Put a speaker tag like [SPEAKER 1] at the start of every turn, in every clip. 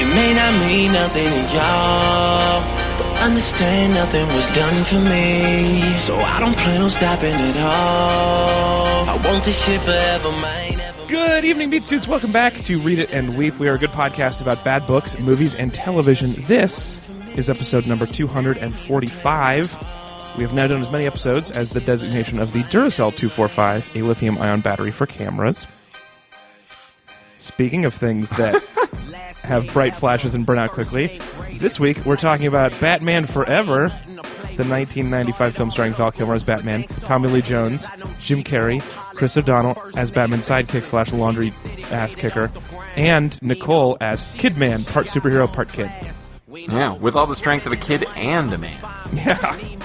[SPEAKER 1] It may not mean nothing to y'all, but understand nothing was done for me. So I don't plan on stopping at all. I want this shit forever, mine ever.
[SPEAKER 2] Good evening, Beat Suits. Welcome back to Read It and Weep. We are a good podcast about bad books, movies, and television. This is episode number 245. We have now done as many episodes as the designation of the Duracell 245, a lithium ion battery for cameras. Speaking of things that have bright flashes and burn out quickly, this week we're talking about Batman Forever, the 1995 film starring Val Kilmer as Batman, Tommy Lee Jones, Jim Carrey, Chris O'Donnell as Batman's sidekick slash laundry ass kicker, and Nicole as Kidman, part superhero, part kid.
[SPEAKER 3] Yeah, with all the strength of a kid and a man.
[SPEAKER 2] Yeah,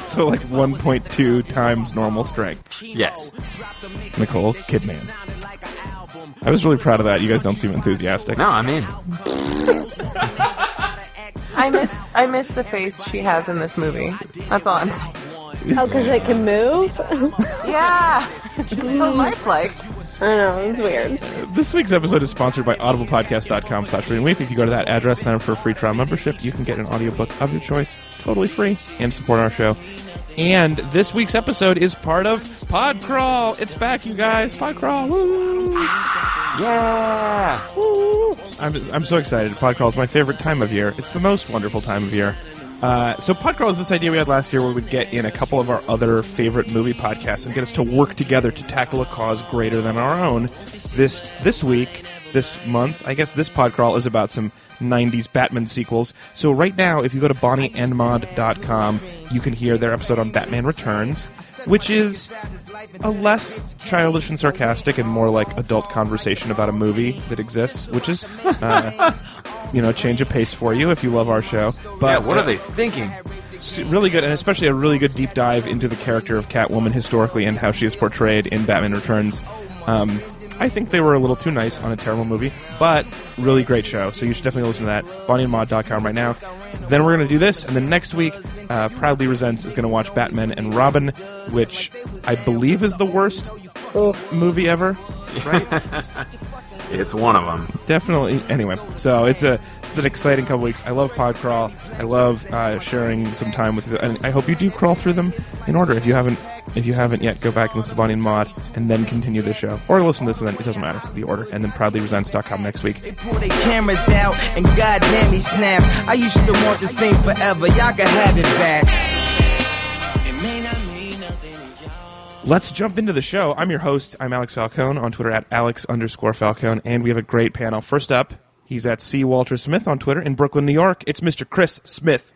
[SPEAKER 2] so like 1.2 times normal strength.
[SPEAKER 3] Yes.
[SPEAKER 2] Nicole Kidman. I was really proud of that. You guys don't seem enthusiastic.
[SPEAKER 3] No, I'm in.
[SPEAKER 4] I miss I miss the face she has in this movie. That's all I'm saying.
[SPEAKER 5] Oh, because it can move? I don't
[SPEAKER 4] Yeah, it's so lifelike.
[SPEAKER 5] know, it's weird.
[SPEAKER 2] This week's episode is sponsored by audiblepodcast.com slash reading week. If you go to that address, sign up for a free trial membership. You can get an audiobook of your choice, totally free, and support our show. And this week's episode is part of Podcrawl. It's back, you guys. Podcrawl. Woo!
[SPEAKER 3] Yeah.
[SPEAKER 2] Woo! I'm, I'm so excited. Podcrawl is my favorite time of year. It's the most wonderful time of year. Uh, so Podcrawl is this idea we had last year where we'd get in a couple of our other favorite movie podcasts and get us to work together to tackle a cause greater than our own. This this week, this month, I guess this Podcrawl is about some 90s Batman sequels. So right now, if you go to BonnieandMod.com, you can hear their episode on Batman Returns, which is a less childish and sarcastic and more like adult conversation about a movie that exists, which is, uh, you know, a change of pace for you if you love our show. But uh,
[SPEAKER 3] Yeah, what are they thinking?
[SPEAKER 2] it's really good, and especially a really good deep dive into the character of Catwoman historically and how she is portrayed in Batman Returns. Um, I think they were a little too nice on a terrible movie, but really great show. So you should definitely listen to that. BonnieandMod.com right now. Then we're going to do this, and then next week, uh, Proudly Resents is going to watch Batman and Robin, which I believe is the worst movie ever.
[SPEAKER 3] It's one of them.
[SPEAKER 2] definitely. Anyway, so it's a it's an exciting couple weeks. I love pod crawl. I love uh, sharing some time with. And I hope you do crawl through them in order. If you haven't, if you haven't yet, go back and listen to Bonnie and Mod, and then continue the show, or listen to this and then it doesn't matter the order. And then proudlyresigns.com next week.
[SPEAKER 6] Pull their cameras out and goddamn he snapped. I used to want this thing forever. Y'all can have it back.
[SPEAKER 1] It may not mean nothing to y'all.
[SPEAKER 2] Let's jump into the show. I'm your host. I'm Alex Falcone on Twitter at alex underscore Falcone, and we have a great panel. First up, he's at C Walter Smith on Twitter in Brooklyn, New York. It's Mr. Chris Smith.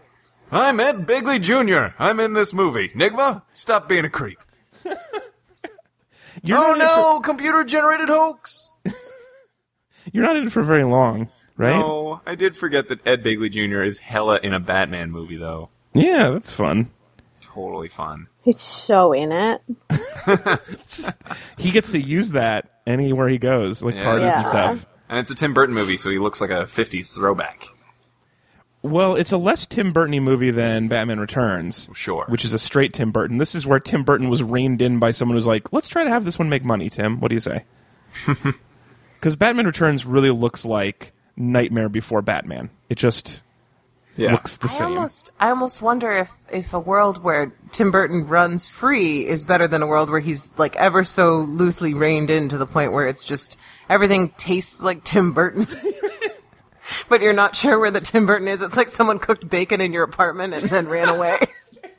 [SPEAKER 3] I'm Ed Bigley Jr. I'm in this movie. Nigma, stop being a creep.
[SPEAKER 2] You're
[SPEAKER 3] Oh
[SPEAKER 2] not in it
[SPEAKER 3] no, computer generated hoax.
[SPEAKER 2] for- you're not in it for very long, right?
[SPEAKER 3] Oh, I did forget that Ed Bigley Jr. is hella in a Batman movie, though.
[SPEAKER 2] Yeah, that's fun.
[SPEAKER 3] Totally fun.
[SPEAKER 5] It's so in it.
[SPEAKER 2] he gets to use that anywhere he goes, like
[SPEAKER 3] Yeah,
[SPEAKER 2] parties and
[SPEAKER 5] Yeah.
[SPEAKER 2] stuff.
[SPEAKER 3] And it's a Tim Burton movie, so he looks like a 50s throwback.
[SPEAKER 2] Well, it's a less Tim Burton movie than Batman Returns,
[SPEAKER 3] Sure.
[SPEAKER 2] which is a straight Tim Burton. This is where Tim Burton was reined in by someone who's like, "Let's try to have this one make money." Tim, what do you say? Because Batman Returns really looks like Nightmare Before Batman. It just
[SPEAKER 3] Yeah.
[SPEAKER 2] looks the
[SPEAKER 4] I
[SPEAKER 2] same.
[SPEAKER 4] almost I almost wonder if if a world where Tim Burton runs free is better than a world where he's like ever so loosely reined in to the point where it's just everything tastes like Tim Burton. But you're not sure where the Tim Burton is. It's like someone cooked bacon in your apartment and then ran away.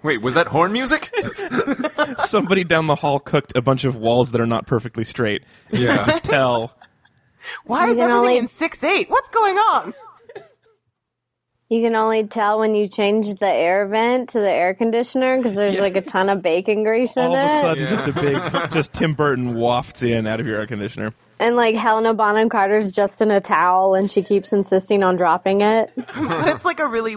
[SPEAKER 3] Wait, was that horn music?
[SPEAKER 2] Somebody down the hall cooked a bunch of walls that are not perfectly straight.
[SPEAKER 3] yeah.
[SPEAKER 2] Just tell.
[SPEAKER 4] Why is
[SPEAKER 5] You know,
[SPEAKER 4] everything
[SPEAKER 5] like-
[SPEAKER 4] in six eight? What's going on?
[SPEAKER 5] You can only tell when you change the air vent to the air conditioner because there's like a ton of bacon grease in
[SPEAKER 2] All of a
[SPEAKER 5] it.
[SPEAKER 2] sudden, just a big, just Tim Burton wafts in out of your air conditioner.
[SPEAKER 5] And like Helena Bonham Carter's just in a towel and she keeps insisting on dropping it.
[SPEAKER 4] But it's like a really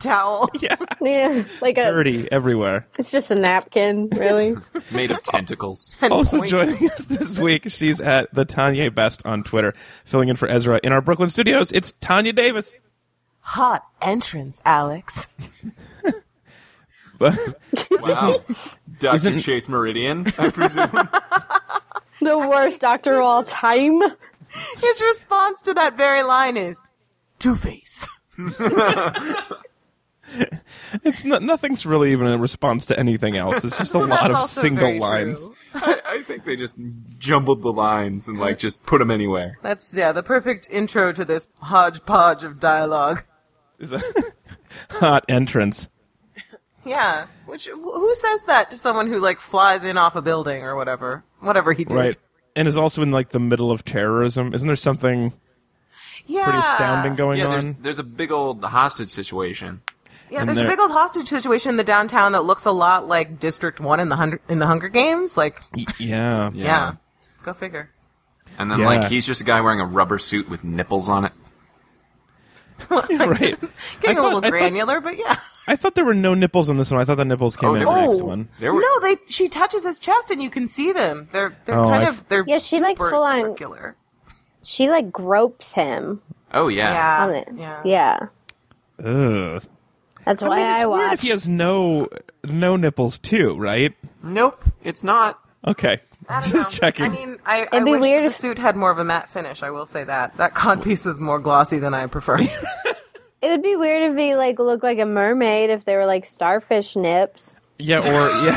[SPEAKER 4] towel.
[SPEAKER 5] Yeah, like a,
[SPEAKER 2] Dirty everywhere.
[SPEAKER 5] it's just a napkin, really.
[SPEAKER 3] Made of tentacles.
[SPEAKER 2] also
[SPEAKER 4] points.
[SPEAKER 2] joining us this week, she's at the Tanya Best on Twitter, filling in for Ezra in our Brooklyn studios. It's Tanya Davis.
[SPEAKER 4] Hot entrance, Alex.
[SPEAKER 2] But
[SPEAKER 3] Wow. Dr.
[SPEAKER 2] Isn't-
[SPEAKER 3] Chase Meridian, I presume.
[SPEAKER 5] the worst doctor of all time.
[SPEAKER 4] His response to that very line is, Two Face.
[SPEAKER 2] It's no, nothing's really even a response to anything else. It's just a lot of single lines.
[SPEAKER 3] I, I think they just jumbled the lines and like just put them anywhere.
[SPEAKER 4] That's yeah, the perfect intro to this hodgepodge of dialogue.
[SPEAKER 2] It's a hot entrance.
[SPEAKER 4] Yeah, which wh- who says that to someone who like flies in off a building or whatever, whatever he did.
[SPEAKER 2] Right. And is also in like the middle of terrorism. Isn't there something
[SPEAKER 4] Yeah.
[SPEAKER 2] pretty astounding going
[SPEAKER 3] Yeah, there's
[SPEAKER 2] on?
[SPEAKER 3] there's a big old hostage situation.
[SPEAKER 4] Yeah,
[SPEAKER 2] And
[SPEAKER 4] there's a
[SPEAKER 2] there-
[SPEAKER 4] big old hostage situation in the downtown that looks a lot like District One in the Hun- in the Hunger Games. Like, yeah,
[SPEAKER 2] Yeah.
[SPEAKER 4] go figure.
[SPEAKER 3] And then
[SPEAKER 2] Yeah.
[SPEAKER 3] like he's just a guy wearing a rubber suit with nipples on it.
[SPEAKER 2] right.
[SPEAKER 4] Getting
[SPEAKER 2] I
[SPEAKER 4] a
[SPEAKER 2] thought-
[SPEAKER 4] little
[SPEAKER 2] I thought-
[SPEAKER 4] granular, but yeah.
[SPEAKER 2] I thought there were no nipples on this one. I thought the nipples came
[SPEAKER 3] Oh,
[SPEAKER 2] in
[SPEAKER 3] there
[SPEAKER 2] the
[SPEAKER 3] were.
[SPEAKER 2] next
[SPEAKER 4] Oh.
[SPEAKER 2] one.
[SPEAKER 3] There were-
[SPEAKER 4] no, they she touches his chest and you can see them. They're they're
[SPEAKER 2] Oh,
[SPEAKER 4] kind
[SPEAKER 2] I-
[SPEAKER 4] of they're
[SPEAKER 5] Yeah, she,
[SPEAKER 4] super
[SPEAKER 5] like, full on-
[SPEAKER 4] circular.
[SPEAKER 5] She like gropes him
[SPEAKER 3] Oh yeah.
[SPEAKER 4] Yeah,
[SPEAKER 5] on it.
[SPEAKER 4] yeah.
[SPEAKER 5] Yeah.
[SPEAKER 2] Ugh.
[SPEAKER 5] That's why
[SPEAKER 2] I
[SPEAKER 5] I,
[SPEAKER 2] mean, it's weird if
[SPEAKER 5] watch.
[SPEAKER 2] he has no no nipples too, right?
[SPEAKER 3] Nope, it's not.
[SPEAKER 2] Okay.
[SPEAKER 4] I don't
[SPEAKER 2] Just
[SPEAKER 4] know.
[SPEAKER 2] checking.
[SPEAKER 4] I mean, I, I
[SPEAKER 5] It'd be
[SPEAKER 4] wish
[SPEAKER 5] weird
[SPEAKER 4] the
[SPEAKER 5] if-
[SPEAKER 4] suit had more of a matte finish. I will say that that cod piece was more glossy than I prefer.
[SPEAKER 5] It would be weird if he like looked like a mermaid if they were like starfish nips.
[SPEAKER 2] yeah, or yeah,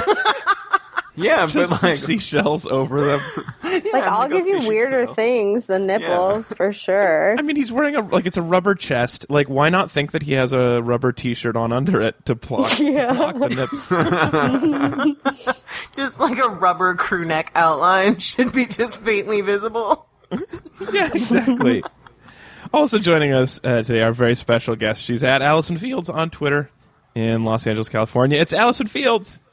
[SPEAKER 3] Yeah, but
[SPEAKER 2] just
[SPEAKER 3] like
[SPEAKER 2] seashells over them.
[SPEAKER 5] like I'll give you weirder things than nipples for sure.
[SPEAKER 2] I mean, he's wearing a like it's a rubber chest. Like, why not think that he has a rubber T-shirt on under it to block,
[SPEAKER 5] Yeah.
[SPEAKER 2] to block the nips?
[SPEAKER 4] just like a rubber crew neck outline should be just faintly visible.
[SPEAKER 2] yeah, exactly. also joining us uh, today, our very special guest. She's at Allison Fields on Twitter in Los Angeles, California. It's Allison Fields.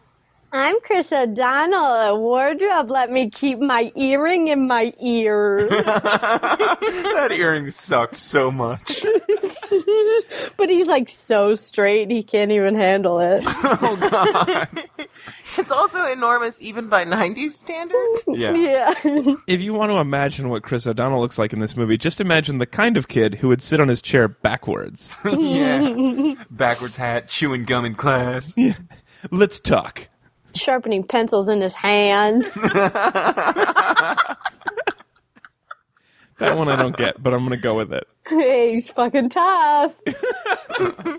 [SPEAKER 5] I'm Chris O'Donnell. A wardrobe let me keep my earring in my ear.
[SPEAKER 3] that earring sucked so much.
[SPEAKER 5] but he's like so straight he can't even handle it.
[SPEAKER 4] It's also enormous, even by '90s standards.
[SPEAKER 3] Yeah.
[SPEAKER 5] Yeah.
[SPEAKER 2] If you want to imagine what Chris O'Donnell looks like in this movie, just imagine the kind of kid who would sit on his chair backwards.
[SPEAKER 3] yeah. Backwards hat, chewing gum in class.
[SPEAKER 2] Let's talk.
[SPEAKER 5] Sharpening pencils in his hand.
[SPEAKER 2] That one I don't get, but I'm going to go with it.
[SPEAKER 5] Hey, he's fucking tough.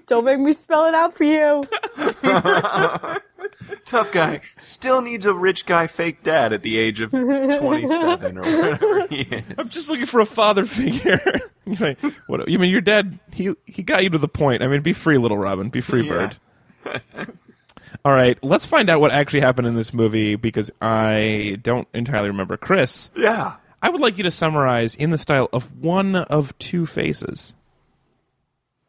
[SPEAKER 5] Don't make me spell it out for you.
[SPEAKER 3] Tough guy. Still needs a rich guy fake dad at the age of 27 or whatever he
[SPEAKER 2] I'm
[SPEAKER 3] is.
[SPEAKER 2] just looking for a father figure. You're like, what, you mean your dad? He he got you to the point. I mean, be free, little Robin. Be free,
[SPEAKER 3] Yeah.
[SPEAKER 2] bird. All right, let's find out what actually happened in this movie because I don't entirely remember. Chris,
[SPEAKER 3] Yeah.
[SPEAKER 2] I would like you to summarize in the style of one of two faces.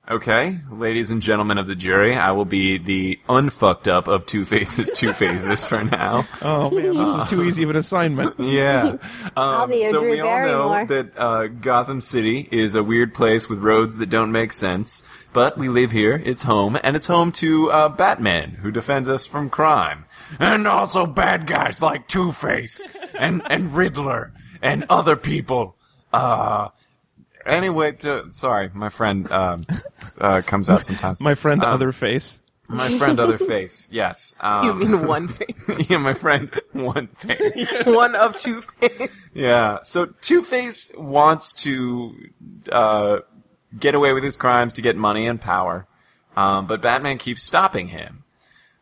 [SPEAKER 3] Okay, ladies and gentlemen of the jury, I will be the unfucked up of Two Faces, Two Faces for now.
[SPEAKER 2] Oh man, this was too easy of an assignment.
[SPEAKER 3] Yeah. Um,
[SPEAKER 5] I'll be your
[SPEAKER 3] so
[SPEAKER 5] Drew
[SPEAKER 3] we all know
[SPEAKER 5] Barrymore.
[SPEAKER 3] that uh, Gotham City is a weird place with roads that don't make sense, but we live here, it's home, and it's home to uh, Batman, who defends us from crime. And also bad guys like Two Face and, and Riddler and other people. Uh, anyway, to, sorry, my friend um, uh, comes out sometimes.
[SPEAKER 2] My friend, other face.
[SPEAKER 3] my friend, Other Face, yes. Um,
[SPEAKER 4] You mean one face,
[SPEAKER 3] yeah, my friend, One Face.
[SPEAKER 4] one of two face.
[SPEAKER 3] Yeah. So Two Face wants to uh, get away with his crimes to get money and power, um, but Batman keeps stopping him.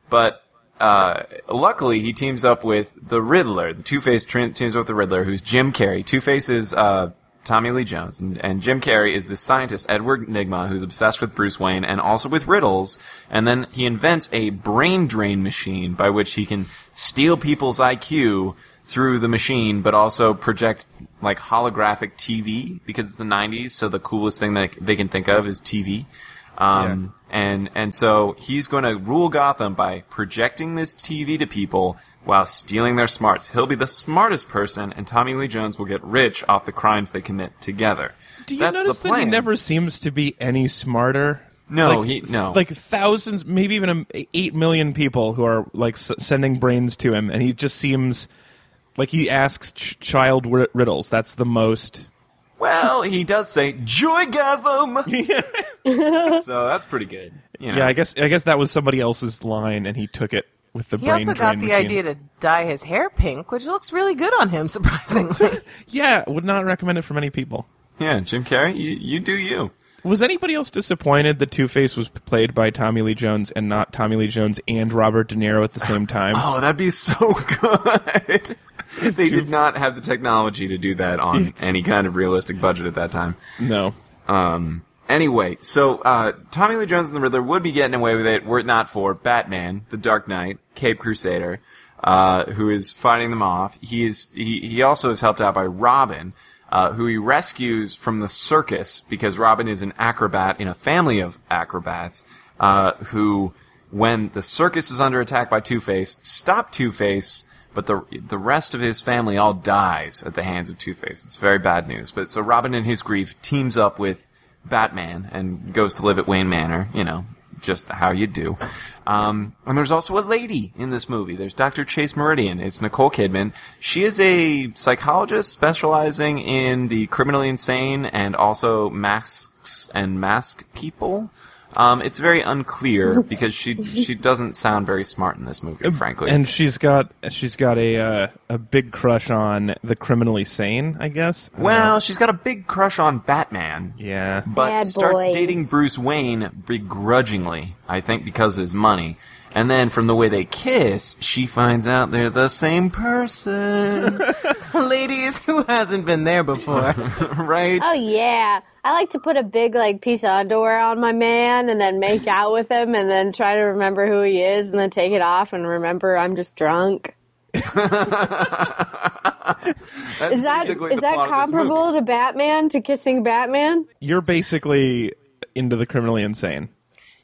[SPEAKER 3] But uh, luckily, he teams up with the Riddler. The Two Face tr- teams up with the Riddler, who's Jim Carrey. Two Face is uh, Tommy Lee Jones, and, and Jim Carrey is this scientist Edward Nigma, who's obsessed with Bruce Wayne and also with riddles. And then he invents a brain drain machine by which he can steal people's IQ through the machine, but also project like holographic TV because it's the '90s. So the coolest thing that they can think of is TV. Um, And and so he's going to rule Gotham by projecting this TV to people while stealing their smarts. He'll be the smartest person, and Tommy Lee Jones will get rich off the crimes they commit together.
[SPEAKER 2] Do you
[SPEAKER 3] That's
[SPEAKER 2] notice
[SPEAKER 3] the
[SPEAKER 2] that he
[SPEAKER 3] plan.
[SPEAKER 2] never seems to be any smarter?
[SPEAKER 3] No,
[SPEAKER 2] like,
[SPEAKER 3] he- no.
[SPEAKER 2] Like thousands, maybe even um, eight million people who are like s- sending brains to him, and he just seems like he asks ch- child ri- riddles. That's the most.
[SPEAKER 3] Well, he does say joygasm. so that's pretty good. You know.
[SPEAKER 2] Yeah, I guess I guess that was somebody else's line, and he took it with the
[SPEAKER 4] He
[SPEAKER 2] brain.
[SPEAKER 4] also
[SPEAKER 2] drain
[SPEAKER 4] got the
[SPEAKER 2] machine.
[SPEAKER 4] idea to dye his hair pink, which looks really good on him, surprisingly.
[SPEAKER 2] Yeah, would not recommend it for many people.
[SPEAKER 3] yeah, Jim Carrey, you, you do you.
[SPEAKER 2] Was anybody else disappointed that Two Face was played by Tommy Lee Jones and not Tommy Lee Jones and Robert De Niro at the same time?
[SPEAKER 3] Oh, that'd be so good. they did not have the technology to do that on any kind of realistic budget at that time.
[SPEAKER 2] No.
[SPEAKER 3] Um, anyway, so uh, Tommy Lee Jones and the Riddler would be getting away with it were it not for Batman, the Dark Knight, Cape Crusader, uh, who is fighting them off. He is he, he also is helped out by Robin, uh, who he rescues from the circus because Robin is an acrobat in a family of acrobats uh, who, when the circus is under attack by Two Face, stop Two Face. But the the rest of his family all dies at the hands of Two Face. It's very bad news. But so Robin, in his grief, teams up with Batman and goes to live at Wayne Manor, you know, just how you do. Um, and there's also a lady in this movie. There's Dr. Chase Meridian. It's Nicole Kidman. She is a psychologist specializing in the criminally insane and also masks and mask people. Um, it's very unclear because she she doesn't sound very smart in this movie, frankly.
[SPEAKER 2] And she's got she's got a uh, a big crush on the criminally sane, I guess. I don't know.
[SPEAKER 3] well, she's got a big crush on Batman.
[SPEAKER 2] yeah.
[SPEAKER 3] but
[SPEAKER 5] Bad
[SPEAKER 3] starts
[SPEAKER 5] boys.
[SPEAKER 3] dating Bruce Wayne begrudgingly, I think because of his money. And then from the way they kiss, she finds out they're the same person,
[SPEAKER 4] Ladies, who hasn't been there before?
[SPEAKER 3] right?
[SPEAKER 5] Oh yeah, I like to put a big like piece of underwear on my man and then make out with him and then try to remember who he is and then take it off and remember I'm just drunk.
[SPEAKER 3] That's
[SPEAKER 5] Is that
[SPEAKER 3] basically
[SPEAKER 5] is
[SPEAKER 3] the
[SPEAKER 5] that
[SPEAKER 3] plot of this movie.
[SPEAKER 5] comparable to Batman to kissing Batman?
[SPEAKER 2] You're basically into the criminally insane.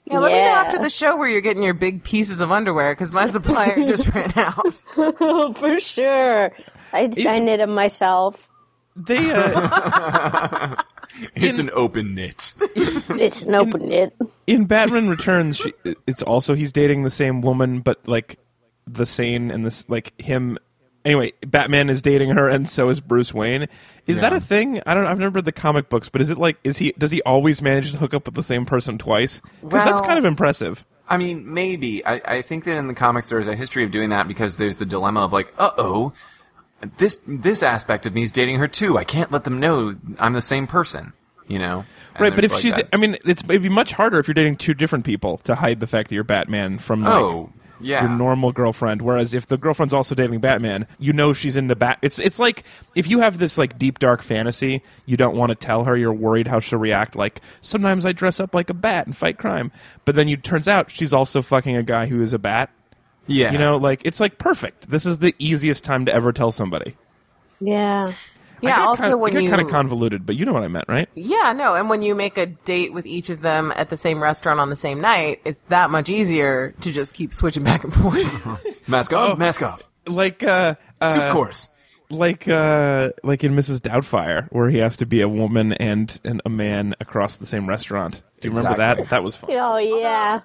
[SPEAKER 4] Yeah, let me know
[SPEAKER 5] Yeah.
[SPEAKER 4] after the show where you're getting your big pieces of underwear because my supplier just ran out.
[SPEAKER 5] Oh, for sure. I just, I
[SPEAKER 2] It's-
[SPEAKER 5] knit him myself.
[SPEAKER 2] They uh,
[SPEAKER 3] It's an open knit.
[SPEAKER 5] It's an open knit.
[SPEAKER 2] in Batman Returns, she, it's also he's dating the same woman, but like the sane and this like him. Anyway, Batman is dating her, and so is Bruce Wayne. Is that a thing? I don't. I've never read the comic books, but is it like is he does he always manage to hook up with the same person twice? Because that's
[SPEAKER 4] Well-
[SPEAKER 2] kind of impressive.
[SPEAKER 3] I mean, maybe. I, I think that in the comics there's a history of doing that because there's the dilemma of like, uh oh, this this aspect of me is dating her too. I can't let them know I'm the same person. You know. And
[SPEAKER 2] right, but
[SPEAKER 3] there's
[SPEAKER 2] if
[SPEAKER 3] like
[SPEAKER 2] she's,
[SPEAKER 3] that-
[SPEAKER 2] da- I mean, it's it'd be much harder if you're dating two different people to hide the fact that you're Batman from like,
[SPEAKER 3] Oh, yeah.
[SPEAKER 2] your normal girlfriend. Whereas if the girlfriend's also dating Batman, you know she's into Bat. It's it's like if you have this like deep dark fantasy, you don't want to tell her. You're worried how she'll react. Like sometimes I dress up like a bat and fight crime, but then you turns out she's also fucking a guy who is a bat.
[SPEAKER 3] yeah,
[SPEAKER 2] You know, like it's like perfect. This is the easiest time to ever tell somebody.
[SPEAKER 5] Yeah.
[SPEAKER 2] I
[SPEAKER 4] Yeah,
[SPEAKER 2] got
[SPEAKER 4] also
[SPEAKER 2] kind of,
[SPEAKER 4] when you
[SPEAKER 2] kind of convoluted, but you know what I meant, right?
[SPEAKER 4] Yeah, no, and when you make a date with each of them at the same restaurant on the same night, it's that much easier to just keep switching back and forth.
[SPEAKER 3] mask off, mask off,
[SPEAKER 2] Like uh, Oh. uh
[SPEAKER 3] soup course.
[SPEAKER 2] like uh like in Mrs. Doubtfire, where he has to be a woman and, and a man across the same restaurant. Do you remember
[SPEAKER 3] Exactly.
[SPEAKER 2] that? That was fun.
[SPEAKER 5] Oh yeah.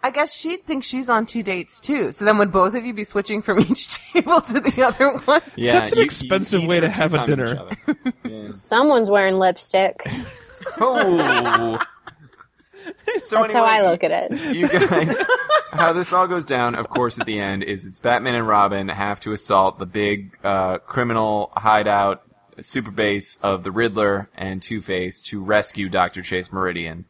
[SPEAKER 4] I guess she thinks she's on two dates too. So then would both of you be switching from each table to the other one?
[SPEAKER 3] Yeah,
[SPEAKER 2] That's an expensive way
[SPEAKER 3] each
[SPEAKER 2] to
[SPEAKER 3] or two
[SPEAKER 2] have a
[SPEAKER 3] times each
[SPEAKER 2] dinner.
[SPEAKER 3] other.
[SPEAKER 5] Someone's wearing lipstick.
[SPEAKER 3] oh. so
[SPEAKER 5] That's how I look at it.
[SPEAKER 3] You guys, how this all goes down, of course, at the end is it's Batman and Robin have to assault the big uh, criminal hideout super base of the Riddler and Two Face to rescue Doctor Chase Meridian,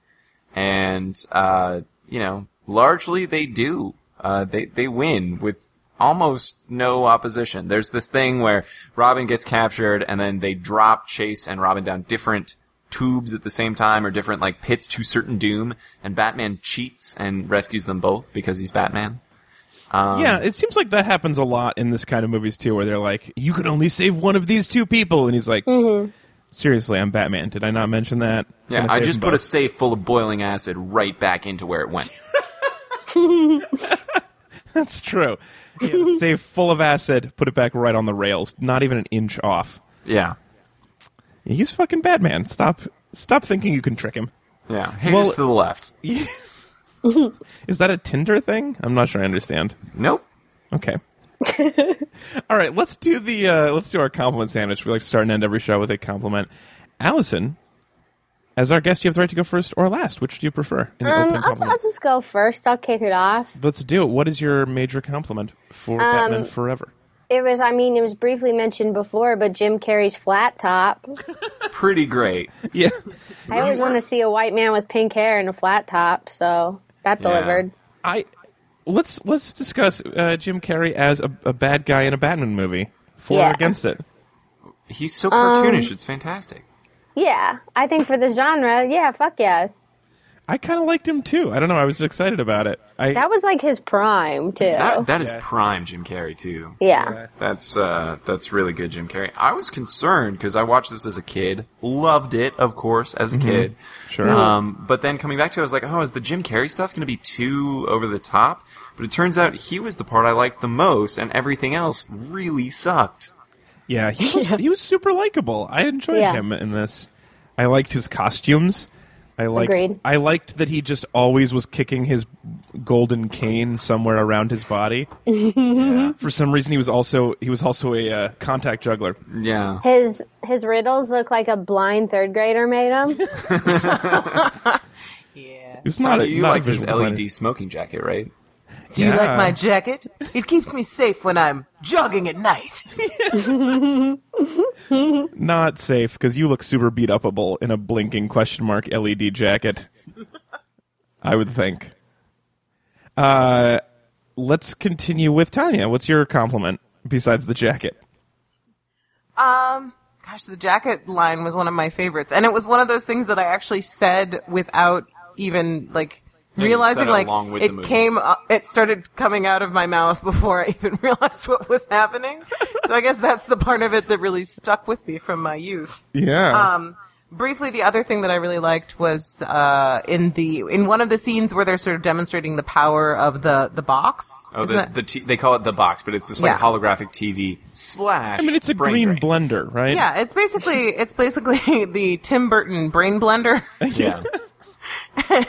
[SPEAKER 3] and uh, you know, largely they do. Uh, they they win with almost no opposition. There's this thing where Robin gets captured and then they drop Chase and Robin down different tubes at the same time or different like pits to certain doom and Batman cheats and rescues them both because he's Batman.
[SPEAKER 2] yeah, it seems like that happens a lot in this kind of movies too, where they're like, "You can only save one of these two people," and he's like, "Seriously, I'm Batman. Did I not mention that?"
[SPEAKER 3] Yeah,
[SPEAKER 2] Gonna
[SPEAKER 3] I
[SPEAKER 2] save
[SPEAKER 3] just
[SPEAKER 2] them
[SPEAKER 3] put a
[SPEAKER 2] both.
[SPEAKER 3] safe full of boiling acid right back into where it went.
[SPEAKER 2] That's true. Yeah, save full of acid, put it back right on the rails, not even an inch off.
[SPEAKER 3] Yeah.
[SPEAKER 2] He's fucking Batman. Stop, stop thinking you can trick him.
[SPEAKER 3] Yeah. Here's
[SPEAKER 2] Well-
[SPEAKER 3] to the left.
[SPEAKER 2] Is that a Tinder thing? I'm not sure I understand.
[SPEAKER 3] Nope.
[SPEAKER 2] Okay. All right, let's do the uh, let's do our compliment sandwich. We like to start and end every show with a compliment. Allison, as our guest, you have the right to go first or last. Which do you prefer? In the
[SPEAKER 5] Um,
[SPEAKER 2] opening
[SPEAKER 5] I'll,
[SPEAKER 2] compliment?
[SPEAKER 5] I'll just go first. I'll kick it off. Um,
[SPEAKER 2] let's do it. What is your major compliment for Batman Forever?
[SPEAKER 5] it was. I mean, it was briefly mentioned before, but Jim Carrey's flat top.
[SPEAKER 3] Pretty great.
[SPEAKER 2] Yeah.
[SPEAKER 5] I always want to see a white man with pink hair and a flat top, so that
[SPEAKER 3] Yeah.
[SPEAKER 5] delivered.
[SPEAKER 2] I let's let's discuss uh, Jim Carrey as a, a bad guy in a Batman movie. For
[SPEAKER 5] Yeah.
[SPEAKER 2] or against it?
[SPEAKER 3] He's so cartoonish. it's fantastic.
[SPEAKER 5] Yeah, I think for the genre, yeah, fuck yeah.
[SPEAKER 2] I kind of liked him too. I don't know. I was excited about it. I
[SPEAKER 5] That was like his prime too.
[SPEAKER 3] That, that is
[SPEAKER 2] Yeah.
[SPEAKER 3] prime Jim Carrey too.
[SPEAKER 5] yeah.
[SPEAKER 3] That's uh, that's really good, Jim Carrey. I was concerned because I watched this as a kid, loved it, of course, as a kid.
[SPEAKER 2] Mm-hmm. Sure.
[SPEAKER 3] Um, but then coming back to it, I was like, oh, is the Jim Carrey stuff going to be too over the top? But it turns out he was the part I liked the most, and everything else really sucked.
[SPEAKER 2] yeah, he was, he was super likable. I enjoyed
[SPEAKER 5] Yeah.
[SPEAKER 2] him in this. I liked his costumes. I liked
[SPEAKER 5] Agreed.
[SPEAKER 2] I liked that he just always was kicking his golden cane somewhere around his body. For some reason, he was also he was also a uh, contact juggler.
[SPEAKER 3] Yeah.
[SPEAKER 5] His his riddles look like a blind third grader made them.
[SPEAKER 4] Yeah.
[SPEAKER 2] He was not
[SPEAKER 3] Not
[SPEAKER 2] a,
[SPEAKER 3] you
[SPEAKER 2] not a
[SPEAKER 3] liked his
[SPEAKER 2] visual designer.
[SPEAKER 3] LED E smoking jacket, right?
[SPEAKER 4] Do you
[SPEAKER 2] Yeah.
[SPEAKER 4] like my jacket? It keeps me safe when I'm jogging at night.
[SPEAKER 2] not safe because you look super beat upable in a blinking question mark LED jacket. I would think. Uh, let's continue with Tanya. What's your compliment besides the jacket?
[SPEAKER 4] Um, gosh, the jacket line was one of my favorites, and it was one of those things that I actually said without even like
[SPEAKER 3] you
[SPEAKER 4] realizing.
[SPEAKER 3] said it
[SPEAKER 4] Like
[SPEAKER 3] along with the
[SPEAKER 4] it
[SPEAKER 3] movie.
[SPEAKER 4] came, uh, it started coming out of my mouth before I even realized what was happening. so I guess that's the part of it that really stuck with me from my youth.
[SPEAKER 2] Yeah,
[SPEAKER 4] Um, briefly, the other thing that I really liked was uh, in the in one of the scenes where they're sort of demonstrating the power of the the box.
[SPEAKER 3] Oh,
[SPEAKER 4] Isn't
[SPEAKER 3] the,
[SPEAKER 4] that-
[SPEAKER 3] the t- they call it the box, but it's just like
[SPEAKER 4] Yeah.
[SPEAKER 3] holographic TV slash.
[SPEAKER 2] I mean it's a
[SPEAKER 3] brain
[SPEAKER 2] green
[SPEAKER 3] drain.
[SPEAKER 2] blender, right?
[SPEAKER 4] yeah, it's basically it's basically the Tim Burton brain blender.
[SPEAKER 3] Yeah.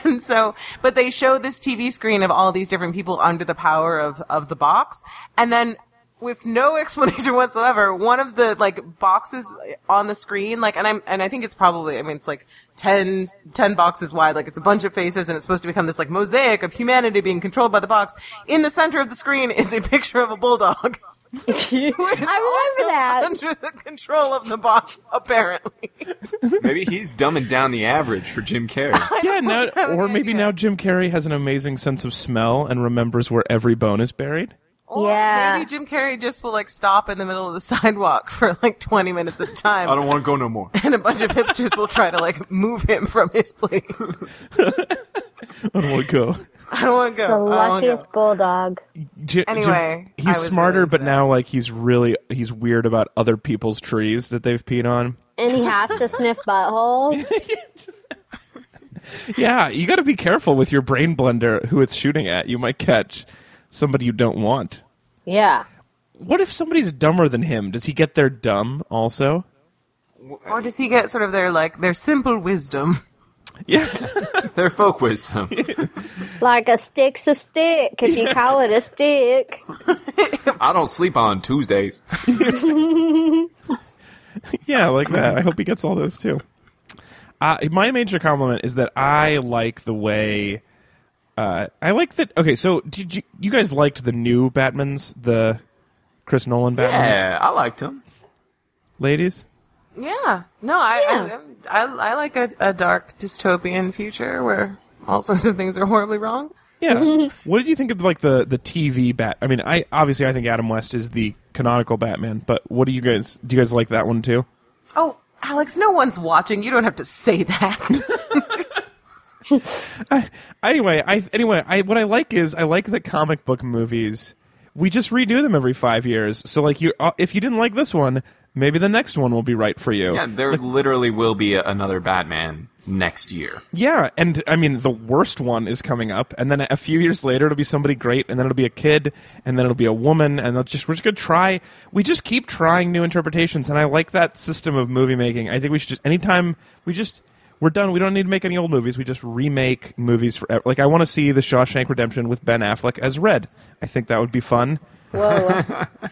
[SPEAKER 4] And so, but they show this TV screen of all these different people under the power of, of the box. And then with no explanation whatsoever, one of the like boxes on the screen, like, and I'm, and I think it's probably, I mean, it's like 10, 10 boxes wide, like it's a bunch of faces and it's supposed to become this like mosaic of humanity being controlled by the box. In the center of the screen is a picture of a bulldog.
[SPEAKER 5] I remember that.
[SPEAKER 4] Under the control of the box, apparently.
[SPEAKER 3] Maybe he's dumbing down the average for Jim Carrey.
[SPEAKER 2] yeah. Now,
[SPEAKER 4] have
[SPEAKER 2] or
[SPEAKER 4] any
[SPEAKER 2] maybe
[SPEAKER 4] idea.
[SPEAKER 2] now Jim Carrey has an amazing sense of smell and remembers where every bone is buried.
[SPEAKER 4] Or
[SPEAKER 5] Yeah.
[SPEAKER 4] Oh, maybe Jim Carrey just will like stop in the middle of the sidewalk for like 20 minutes at a time.
[SPEAKER 3] I don't want to go no more.
[SPEAKER 4] and a bunch of hipsters will try to like move him from his place.
[SPEAKER 3] Oh
[SPEAKER 2] On one go.
[SPEAKER 4] I don't want to go.
[SPEAKER 5] The
[SPEAKER 4] I don't wanna
[SPEAKER 5] luckiest
[SPEAKER 4] go.
[SPEAKER 5] bulldog.
[SPEAKER 2] J- J-
[SPEAKER 4] Anyway, I
[SPEAKER 2] he's
[SPEAKER 4] was
[SPEAKER 2] smarter,
[SPEAKER 4] really into
[SPEAKER 2] but
[SPEAKER 4] that.
[SPEAKER 2] now like he's really he's weird about other people's trees that they've peed on.
[SPEAKER 5] And he has to sniff buttholes.
[SPEAKER 2] Yeah, you got to be careful with your brain blender who it's shooting at. You might catch somebody you don't want.
[SPEAKER 5] Yeah.
[SPEAKER 2] What if somebody's dumber than him? Does he get their dumb also?
[SPEAKER 4] Or does he get sort of their like their simple wisdom?
[SPEAKER 2] Yeah.
[SPEAKER 3] Their folk wisdom.
[SPEAKER 5] Like a stick's a stick if you call it a stick.
[SPEAKER 3] I don't sleep on Tuesdays.
[SPEAKER 2] yeah, like that. I hope he gets all those too. Uh, my major compliment is that I like the way. Uh, I like that. Okay, so did you you guys liked the new Batman's the Chris Nolan Batman's
[SPEAKER 3] Yeah, I liked him.
[SPEAKER 2] ladies?
[SPEAKER 4] Yeah. No, I
[SPEAKER 5] Yeah.
[SPEAKER 4] I, I, I like a, a dark dystopian future where all sorts of things are horribly wrong.
[SPEAKER 2] Yeah. what did you think of like the the TV bat? I mean, I obviously I think Adam West is the canonical Batman, but what do you guys do? You guys like that one too?
[SPEAKER 4] Oh, Alex, no one's watching. You don't have to say that.
[SPEAKER 2] Anyway, I anyway I what I like is I like that comic book movies. We just redo them every five years, so like you, uh, if you didn't like this one, maybe the next one will be right for you.
[SPEAKER 3] Yeah, there literally will be a, another Batman next year.
[SPEAKER 2] Yeah, and I mean the worst one is coming up, and then a few years later it'll be somebody great, and then it'll be a kid, and then it'll be a woman, and they'll just we're just gonna try. We just keep trying new interpretations, and I like that system of movie making. I think we should just anytime we just we're done. We don't need to make any old movies. We just remake movies forever. Like I want to see The Shawshank Redemption with Ben Affleck as Red. I think that would be fun.
[SPEAKER 5] Whoa.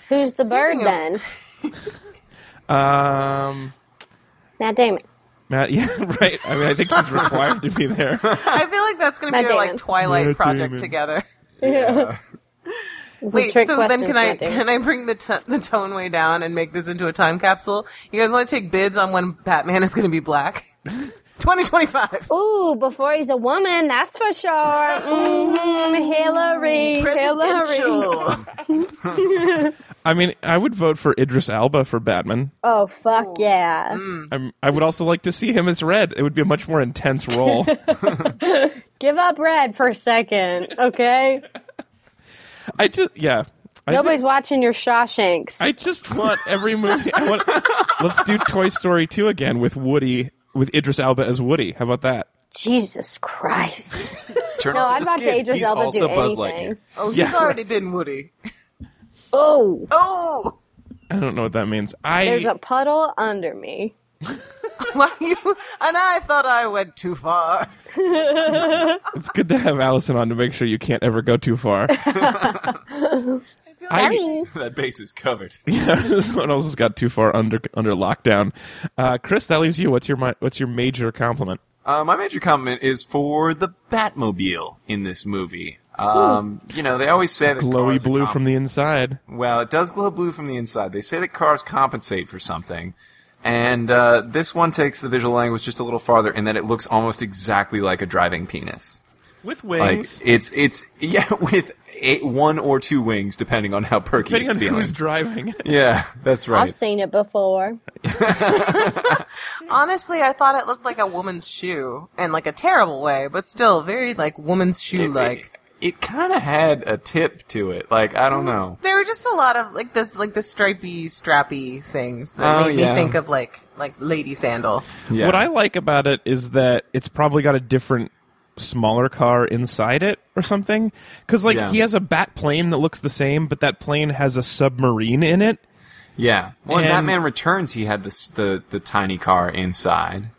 [SPEAKER 5] Who's the bird
[SPEAKER 4] of-
[SPEAKER 5] then?
[SPEAKER 2] Um,
[SPEAKER 5] Matt Damon.
[SPEAKER 2] Matt, yeah, right. I mean, I think he's required to be there.
[SPEAKER 4] I feel like that's going to be
[SPEAKER 5] Matt
[SPEAKER 4] their
[SPEAKER 5] Damon.
[SPEAKER 4] like Twilight
[SPEAKER 2] Matt
[SPEAKER 4] project
[SPEAKER 2] Damon.
[SPEAKER 4] together.
[SPEAKER 5] was a
[SPEAKER 4] Wait,
[SPEAKER 5] trick
[SPEAKER 4] so
[SPEAKER 5] question
[SPEAKER 4] then can
[SPEAKER 5] for
[SPEAKER 4] I
[SPEAKER 5] that, David.
[SPEAKER 4] can I bring the t- the tone way down and make this into a time capsule? You guys want to take bids on when Batman is going to be black? 2025.
[SPEAKER 5] Ooh, before he's a woman, that's for sure. hmm Hillary, Hillary.
[SPEAKER 4] Presidential.
[SPEAKER 2] I mean, I would vote for Idris Alba for Batman.
[SPEAKER 5] Oh fuck yeah!
[SPEAKER 4] Mm.
[SPEAKER 2] I'm, I would also like to see him as Red. It would be a much more intense role.
[SPEAKER 5] Give up red for a second, okay?
[SPEAKER 2] I just, yeah. I think-
[SPEAKER 5] Nobody's watching your Shawshanks.
[SPEAKER 2] I just want every movie. I want, let's do Toy Story 2 again with Woody, with Idris Alba as Woody. How about that?
[SPEAKER 5] Jesus Christ!
[SPEAKER 3] Turn
[SPEAKER 5] No,
[SPEAKER 3] onto
[SPEAKER 5] I'd
[SPEAKER 3] the
[SPEAKER 5] watch
[SPEAKER 3] skid.
[SPEAKER 5] Idris
[SPEAKER 3] He's
[SPEAKER 5] Elba do
[SPEAKER 3] also Buzz
[SPEAKER 5] anything.
[SPEAKER 3] Lightyear.
[SPEAKER 4] Oh, he's
[SPEAKER 2] Yeah.
[SPEAKER 4] already been Woody.
[SPEAKER 5] Oh,
[SPEAKER 4] Oh,
[SPEAKER 2] I don't know what that means.
[SPEAKER 5] there's a
[SPEAKER 2] I
[SPEAKER 5] puddle under me.
[SPEAKER 4] why you? And I thought I went too far.
[SPEAKER 2] it's good to have Allison on to make sure you can't ever go too far. I,
[SPEAKER 3] that base is covered.
[SPEAKER 2] yeah, someone else has got too far under under lockdown. Uh, Chris, that leaves you. What's your mi- what's your major compliment?
[SPEAKER 3] Uh, my major comment is for the Batmobile in this movie. Um,
[SPEAKER 5] Hmm.
[SPEAKER 3] you know, they always say that
[SPEAKER 2] Glowy
[SPEAKER 3] cars are
[SPEAKER 2] blue
[SPEAKER 3] comp-
[SPEAKER 2] from the inside.
[SPEAKER 3] Well, it does glow blue from the inside. They say that cars compensate for something. And uh, this one takes the visual language just a little farther in that it looks almost exactly like a driving penis.
[SPEAKER 2] With
[SPEAKER 3] Like it's it's yeah, with eight, one or two wings depending on how perky
[SPEAKER 2] depending
[SPEAKER 3] it's
[SPEAKER 2] on
[SPEAKER 3] feeling.
[SPEAKER 2] who's driving.
[SPEAKER 3] yeah, that's right.
[SPEAKER 5] I've seen it before.
[SPEAKER 4] Honestly, I thought it looked like a woman's shoe, in like a terrible way, but still very like woman's shoe like.
[SPEAKER 3] it, it kind of had a tip to it. Like I don't know.
[SPEAKER 4] There were just a lot of like this, like the stripy, strappy things that
[SPEAKER 3] Oh,
[SPEAKER 4] made
[SPEAKER 3] yeah.
[SPEAKER 4] me think of like like lady sandal.
[SPEAKER 3] Yeah.
[SPEAKER 2] What I like about it is that it's probably got a different smaller car inside it or something cuz like
[SPEAKER 3] Yeah.
[SPEAKER 2] he has a bat plane that looks the same but that plane has a submarine in it.
[SPEAKER 3] Yeah. Well, in
[SPEAKER 2] And-
[SPEAKER 3] Batman Returns, he had this the the tiny car inside.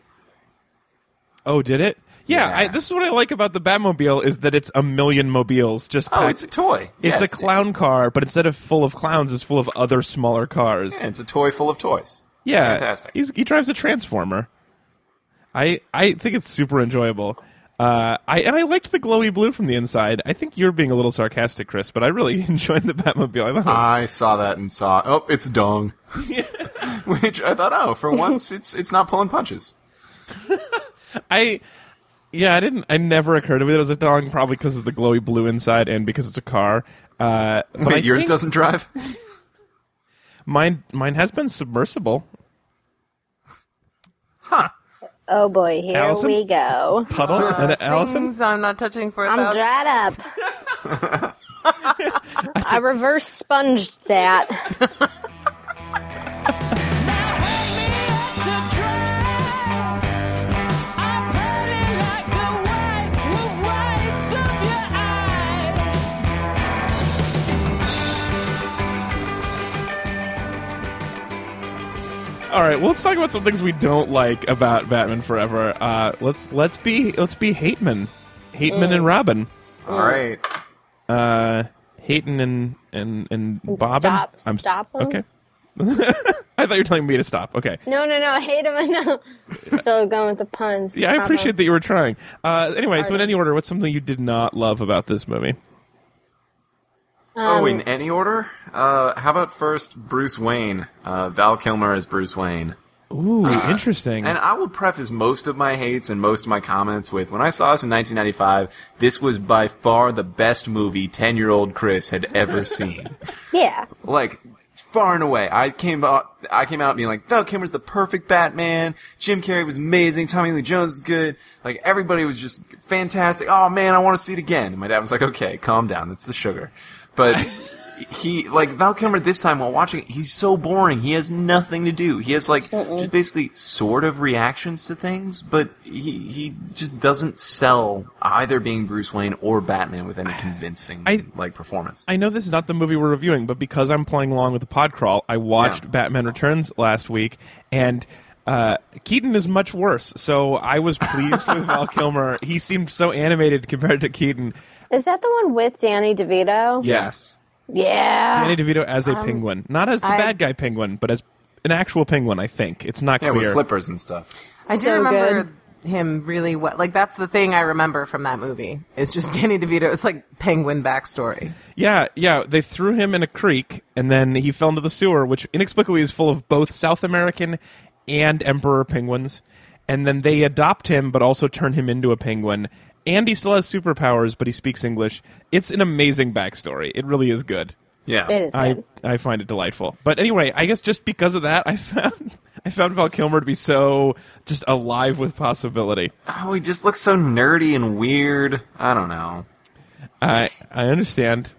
[SPEAKER 2] Oh, did it? Yeah,
[SPEAKER 3] Yeah.
[SPEAKER 2] I, this is what I like about the Batmobile is that it's a million mobiles just
[SPEAKER 3] Oh,
[SPEAKER 2] packed-
[SPEAKER 3] it's a toy. Yeah,
[SPEAKER 2] It's a clown car, but instead of full of clowns, it's full of other smaller cars.
[SPEAKER 3] Yeah, it's a toy full of toys.
[SPEAKER 2] Yeah,
[SPEAKER 3] it's fantastic.
[SPEAKER 2] He's, he drives a transformer. I I think it's super enjoyable. Uh, I and I liked the glowy blue from the inside. I think you're being a little sarcastic, Chris, but I really enjoyed the Batmobile. I thought it was-
[SPEAKER 3] I saw that and saw. Oh, it's dong. Which I thought, oh, for once, it's it's not pulling punches. Uh,
[SPEAKER 2] I yeah, I didn't. I never occurred to me that it was a dong, probably because of the glowy blue inside and because it's a car. Uh, but I
[SPEAKER 3] Wait, yours
[SPEAKER 2] think
[SPEAKER 3] doesn't drive.
[SPEAKER 2] Mine mine has been submersible.
[SPEAKER 5] Oh boy, here
[SPEAKER 2] Allison?
[SPEAKER 5] we go.
[SPEAKER 2] Puddle and Allison.
[SPEAKER 4] Things I'm not touching for a
[SPEAKER 5] I'm
[SPEAKER 4] thousand.
[SPEAKER 5] dried up. I reverse sponged that.
[SPEAKER 2] All right, well, let's talk about some things we don't like about Batman Forever. Uh, let's let's be let's be Hateman, Hateman and Robin.
[SPEAKER 3] All right.
[SPEAKER 2] Hayton and and and Bob.
[SPEAKER 5] stop- stop 'em?
[SPEAKER 2] Okay. I thought you were telling me to stop. Okay.
[SPEAKER 5] No, no, no. I hate him. I know. Still going with the puns.
[SPEAKER 2] Yeah, I
[SPEAKER 5] Stop 'em.
[SPEAKER 2] appreciate that you were trying. Uh, anyway, so in any order, what's something you did not love about this movie?
[SPEAKER 3] oh, in any order? Uh, how about first Bruce Wayne? Uh, Val Kilmer as Bruce Wayne.
[SPEAKER 2] Ooh, interesting.
[SPEAKER 3] And I will preface most of my hates and most of my comments with when I saw this in 1995, this was by far the best movie 10 year old Chris had ever seen.
[SPEAKER 5] Yeah.
[SPEAKER 3] like, far and away. I came out, I came out being like, Val Kilmer's the perfect Batman. Jim Carrey was amazing. Tommy Lee Jones is good. Like, everybody was just fantastic. Oh man, I want to see it again. And my dad was like, okay, calm down. It's the sugar. But. he like Val Kilmer this time while watching it, he's so boring. He has nothing to do. He has like just basically sort of reactions to things, but he he just doesn't sell either being Bruce Wayne or Batman with any convincing
[SPEAKER 2] I-
[SPEAKER 3] like performance.
[SPEAKER 2] I know this is not the movie we're reviewing, but because I'm playing along with the pod crawl, I watched
[SPEAKER 3] Yeah.
[SPEAKER 2] Batman Returns last week, and uh, Keaton is much worse. So I was pleased with Val Kilmer. He seemed so animated compared to Keaton.
[SPEAKER 5] Is that the one with Danny DeVito?
[SPEAKER 3] yes.
[SPEAKER 5] Yeah.
[SPEAKER 2] Danny DeVito as a penguin, not as the
[SPEAKER 4] I-
[SPEAKER 2] bad guy penguin, but as an actual penguin. I think it's not
[SPEAKER 3] Yeah,
[SPEAKER 2] clear.
[SPEAKER 3] with flippers and stuff.
[SPEAKER 4] I do
[SPEAKER 5] So
[SPEAKER 4] remember him really well. Like that's the thing I remember from that movie. It's just Danny DeVito's like penguin backstory.
[SPEAKER 2] Yeah, yeah. They threw him in a creek, and then he fell into the sewer, which inexplicably is full of both South American and emperor penguins. And then they adopt him, but also turn him into a penguin. And he still has superpowers, but he speaks English. It's an amazing backstory. It really is good.
[SPEAKER 3] Yeah.
[SPEAKER 5] It is
[SPEAKER 2] I,
[SPEAKER 5] good.
[SPEAKER 2] I find it delightful. But anyway, I guess just because of that, I found I found Val Kilmer to be so just alive with possibility.
[SPEAKER 3] Oh, he just looks so nerdy and weird. I don't know.
[SPEAKER 2] I I understand.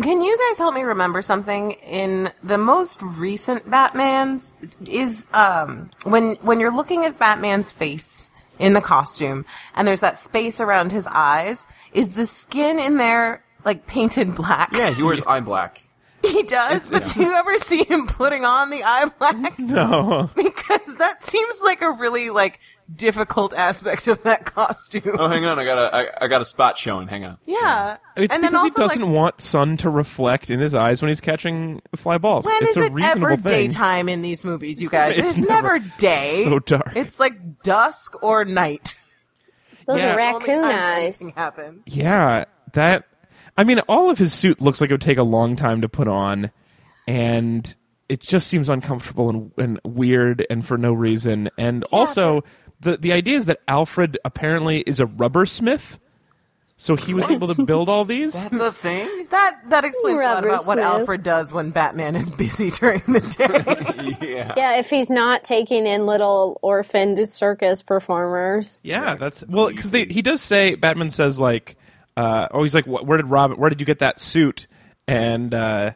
[SPEAKER 4] Can you guys help me remember something? In the most recent Batman's is um, when when you're looking at Batman's face in the costume, and there's that space around his eyes. Is the skin in there like painted black?
[SPEAKER 3] Yeah, he wears eye black.
[SPEAKER 4] he does. But do you ever see him putting on the eye black?
[SPEAKER 2] No.
[SPEAKER 4] because that seems like a really like difficult aspect of that costume.
[SPEAKER 3] Oh, hang on, I got a I, I got a spot showing. Hang on.
[SPEAKER 4] yeah,
[SPEAKER 2] It's
[SPEAKER 4] and
[SPEAKER 2] because
[SPEAKER 4] then
[SPEAKER 2] he
[SPEAKER 4] also
[SPEAKER 2] doesn't
[SPEAKER 4] like.
[SPEAKER 2] want sun to reflect in his eyes when he's catching fly balls.
[SPEAKER 4] When
[SPEAKER 2] it's
[SPEAKER 4] is
[SPEAKER 2] a
[SPEAKER 4] it
[SPEAKER 2] reasonable
[SPEAKER 4] ever
[SPEAKER 2] thing.
[SPEAKER 4] daytime in these movies, you guys?
[SPEAKER 2] It's
[SPEAKER 4] It's, never,
[SPEAKER 2] never
[SPEAKER 4] day.
[SPEAKER 2] so dark.
[SPEAKER 4] It's like dusk or night.
[SPEAKER 5] Those
[SPEAKER 2] Yeah.
[SPEAKER 5] are
[SPEAKER 4] Only
[SPEAKER 5] raccoon
[SPEAKER 4] times
[SPEAKER 5] eyes.
[SPEAKER 4] anything happens.
[SPEAKER 2] Yeah, that. I mean, all of his suit looks like it would take a long time to put on, and it just seems uncomfortable and, and weird and for no reason. And also, the the idea is that Alfred apparently is a rubber smith, so he was able to build all these.
[SPEAKER 3] That's a thing.
[SPEAKER 4] That that explains a lot
[SPEAKER 5] Rubber
[SPEAKER 4] about what
[SPEAKER 5] smith.
[SPEAKER 4] Alfred does when Batman is busy during the day.
[SPEAKER 3] yeah.
[SPEAKER 5] Yeah, if he's not taking in little orphaned circus performers.
[SPEAKER 2] Yeah, that's well because he does say Batman says like, uh, oh, he's like, "Wh- where did Robin? Where did you get that suit? And uh,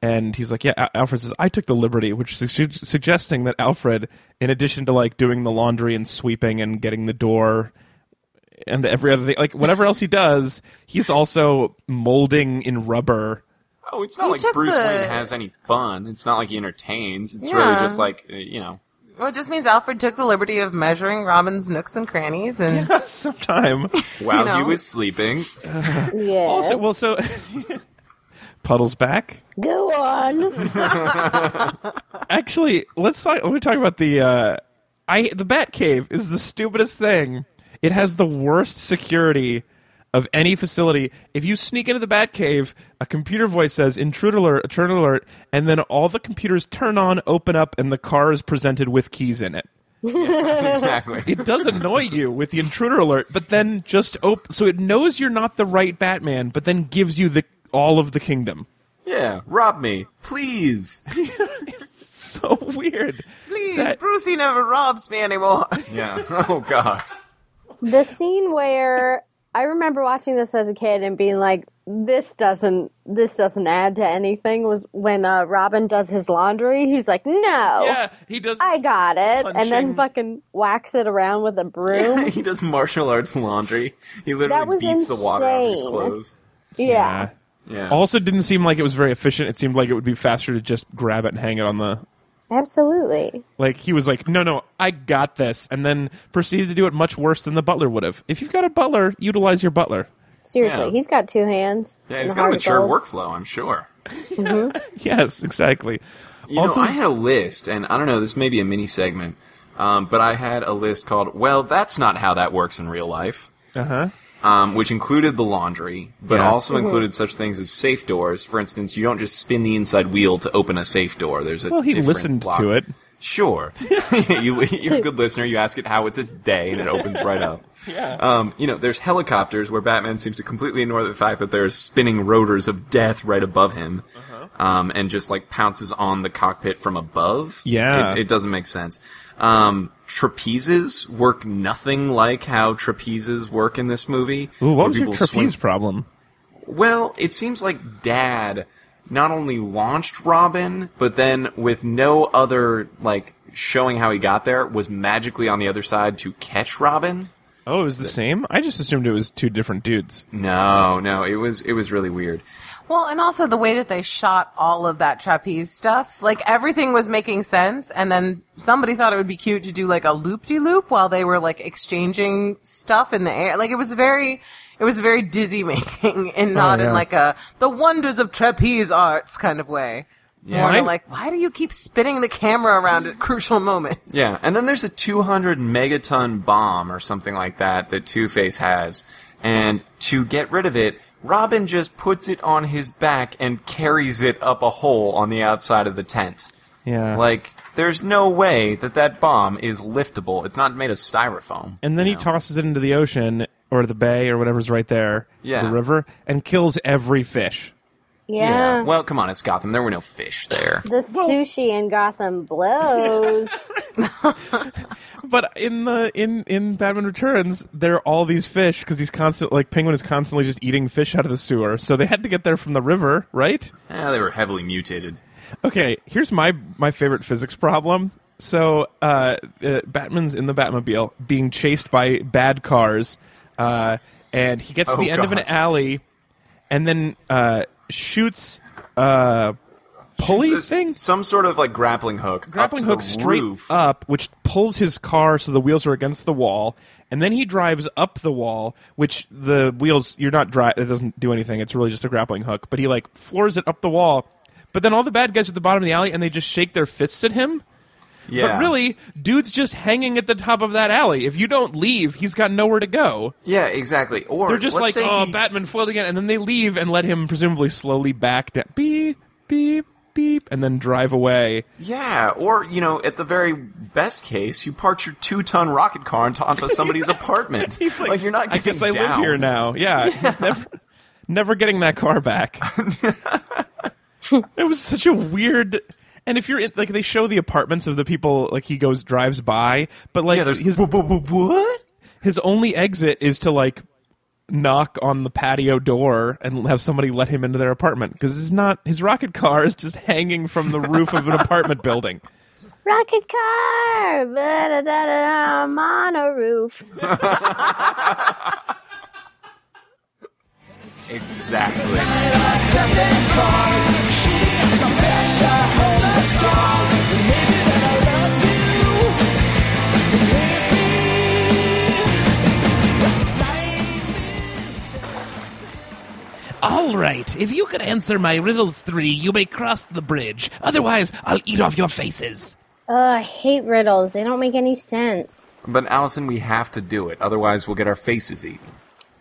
[SPEAKER 2] and he's like, yeah, Al- Alfred says I took the liberty, which is su- suggesting that Alfred, in addition to like doing the laundry and sweeping and getting the door and every other thing, like whatever else he does, he's also molding in rubber.
[SPEAKER 3] Oh, it's not
[SPEAKER 4] He
[SPEAKER 3] like
[SPEAKER 4] took
[SPEAKER 3] Bruce
[SPEAKER 4] the-
[SPEAKER 3] Wayne has any fun. It's not like he entertains. It's
[SPEAKER 4] Yeah.
[SPEAKER 3] really just like uh, you know.
[SPEAKER 4] well, it just means Alfred took the liberty of measuring Robin's nooks and crannies and
[SPEAKER 2] Sometime.
[SPEAKER 3] While he
[SPEAKER 4] know.
[SPEAKER 3] was sleeping,
[SPEAKER 5] Yes.
[SPEAKER 2] Also, well, so puddles back.
[SPEAKER 5] Go on.
[SPEAKER 2] actually let's talk let me talk about the uh i the bat cave is the stupidest thing it has the worst security of any facility if you sneak into the bat cave a computer voice says intruder alert intruder alert and then all the computers turn on open up and the car is presented with keys in it
[SPEAKER 3] exactly.
[SPEAKER 2] it does annoy you with the intruder alert but then just op- so it knows you're not the right batman but then gives you the all of the kingdom
[SPEAKER 3] Yeah, rob me, please.
[SPEAKER 2] so weird
[SPEAKER 4] please,
[SPEAKER 2] That-
[SPEAKER 4] Brucey never robs me anymore.
[SPEAKER 3] Yeah. Oh God.
[SPEAKER 5] the scene where I remember watching this as a kid and being like, "This doesn't, this doesn't add to anything." Was when uh, Robin does his laundry. He's like, "No,
[SPEAKER 2] yeah he does
[SPEAKER 5] I got it," and
[SPEAKER 2] Punching.
[SPEAKER 5] then fucking whacks it around with a broom.
[SPEAKER 3] he does martial arts laundry. He literally
[SPEAKER 5] That was
[SPEAKER 3] beats the water out of his
[SPEAKER 5] insane.
[SPEAKER 3] clothes.
[SPEAKER 5] yeah.
[SPEAKER 3] Yeah.
[SPEAKER 2] Also, didn't seem like it was very efficient. It seemed like it would be faster to just grab it and hang it on the.
[SPEAKER 5] absolutely.
[SPEAKER 2] Like he was like, no, no, I got this, and then proceeded to do it much worse than the butler would have. If you've got a butler, utilize your butler.
[SPEAKER 5] Seriously,
[SPEAKER 3] Yeah.
[SPEAKER 5] he's got two hands.
[SPEAKER 3] yeah,
[SPEAKER 5] and
[SPEAKER 3] he's
[SPEAKER 5] a
[SPEAKER 3] got a
[SPEAKER 5] heart of
[SPEAKER 3] mature
[SPEAKER 5] gold.
[SPEAKER 3] workflow, I'm sure.
[SPEAKER 2] Yes, exactly.
[SPEAKER 3] You
[SPEAKER 2] Also-
[SPEAKER 3] know, I had a list, and I don't know, this may be a mini segment, um, but I had a list called "Well, that's not how that works in real life,"
[SPEAKER 2] Uh huh.
[SPEAKER 3] um, which included the laundry, but
[SPEAKER 2] Yeah.
[SPEAKER 3] also included such things as safe doors. For instance, you don't just spin the inside wheel to open a safe door. There's a
[SPEAKER 2] Well, he
[SPEAKER 3] different
[SPEAKER 2] listened
[SPEAKER 3] lock.
[SPEAKER 2] to it.
[SPEAKER 3] Sure, you, you're a good listener. You ask it how it's its day, and it opens right up. Yeah. Um, you know, there's helicopters where Batman seems to completely ignore the fact that there's spinning rotors of death right above him, um, and just like pounces on the cockpit from above.
[SPEAKER 2] Yeah.
[SPEAKER 3] it, it doesn't make sense. Um, trapezes work nothing like how trapezes work in this movie.
[SPEAKER 2] Ooh,
[SPEAKER 3] where
[SPEAKER 2] what was your
[SPEAKER 3] people
[SPEAKER 2] trapeze
[SPEAKER 3] swing-
[SPEAKER 2] problem?
[SPEAKER 3] well, it seems like Dad not only launched Robin, but then with no other like showing how he got there, was magically on the other side to catch Robin.
[SPEAKER 2] Oh, it was the same. I just assumed it was two different dudes.
[SPEAKER 3] Mm, No, no, it was it was really weird.
[SPEAKER 4] Well, and also the way that they shot all of that trapeze stuff, like everything was making sense, and then somebody thought it would be cute to do like a loop de loop while they were like exchanging stuff in the air. Like it was very, it was very dizzy making, and not
[SPEAKER 2] yeah.
[SPEAKER 4] in like a the wonders of trapeze arts kind of way. More
[SPEAKER 2] Right.
[SPEAKER 4] to like, why do you keep spinning the camera around at crucial moments?
[SPEAKER 3] Yeah, and then there's a 200 megaton bomb or something like that that Two Face has, and to get rid of it, Robin just puts it on his back and carries it up a hole on the outside of the tent.
[SPEAKER 2] Yeah.
[SPEAKER 3] like there's no way that that bomb is liftable. It's not made of styrofoam.
[SPEAKER 2] and then
[SPEAKER 3] you
[SPEAKER 2] he
[SPEAKER 3] know?
[SPEAKER 2] tosses it into the ocean or the bay or whatever's right there,
[SPEAKER 3] Yeah.
[SPEAKER 2] the river, and kills every fish.
[SPEAKER 5] Yeah.
[SPEAKER 3] Well, come on, it's Gotham. There were no fish there.
[SPEAKER 5] the sushi in Gotham blows.
[SPEAKER 2] But in the in in Batman Returns, there are all these fish because he's constant like Penguin is constantly just eating fish out of the sewer. So they had to get there from the river, right?
[SPEAKER 3] Eh, they were heavily mutated.
[SPEAKER 2] Okay, here's my my favorite physics problem. So, uh, uh, Batman's in the Batmobile being chased by bad cars, uh, and he gets
[SPEAKER 3] Oh,
[SPEAKER 2] to the end of an
[SPEAKER 3] God.
[SPEAKER 2] alley, and then uh, shoots uh, pulley
[SPEAKER 3] It's-
[SPEAKER 2] thing,
[SPEAKER 3] Some sort of like grappling hook. up
[SPEAKER 2] grappling
[SPEAKER 3] to
[SPEAKER 2] hook
[SPEAKER 3] the
[SPEAKER 2] straight
[SPEAKER 3] roof.
[SPEAKER 2] up, which pulls his car so the wheels are against the wall, and then he drives up the wall, which the wheels you're not dri It doesn't do anything. It's really just a grappling hook, but he like floors it up the wall. But then all the bad guys are at the bottom of the alley and they just shake their fists at him.
[SPEAKER 3] Yeah.
[SPEAKER 2] But really, dude's just hanging at the top of that alley. If you don't leave, he's got nowhere to go.
[SPEAKER 3] Yeah, exactly. Or
[SPEAKER 2] They're just
[SPEAKER 3] let's
[SPEAKER 2] like,
[SPEAKER 3] say
[SPEAKER 2] oh,
[SPEAKER 3] he-
[SPEAKER 2] Batman foiled again, and then they leave and let him presumably slowly back down, beep, beep, beep, and then drive away.
[SPEAKER 3] Yeah, or you know, at the very best case, you park your two-ton rocket car on top of somebody's apartment. you're not.
[SPEAKER 2] I guess
[SPEAKER 3] getting
[SPEAKER 2] I live
[SPEAKER 3] down."
[SPEAKER 2] here now. Yeah, he's never, never getting that car back. it was such a weird. And if you're in, like, they show the apartments of the people, like he goes drives by, but like
[SPEAKER 3] Yeah, there's
[SPEAKER 2] his
[SPEAKER 3] what?
[SPEAKER 2] his only exit is to like knock on the patio door and have somebody let him into their apartment because it's not his rocket car is just hanging from the roof of an apartment building.
[SPEAKER 5] Rocket car, da-da-da-da, I'm on a roof.
[SPEAKER 3] Exactly.
[SPEAKER 2] All right, if you can answer my riddles three, you may cross the bridge. Otherwise, I'll eat off your faces.
[SPEAKER 5] Ugh, I hate riddles. They don't make any sense.
[SPEAKER 3] But Allison, we have to do it. Otherwise, we'll get our faces eaten.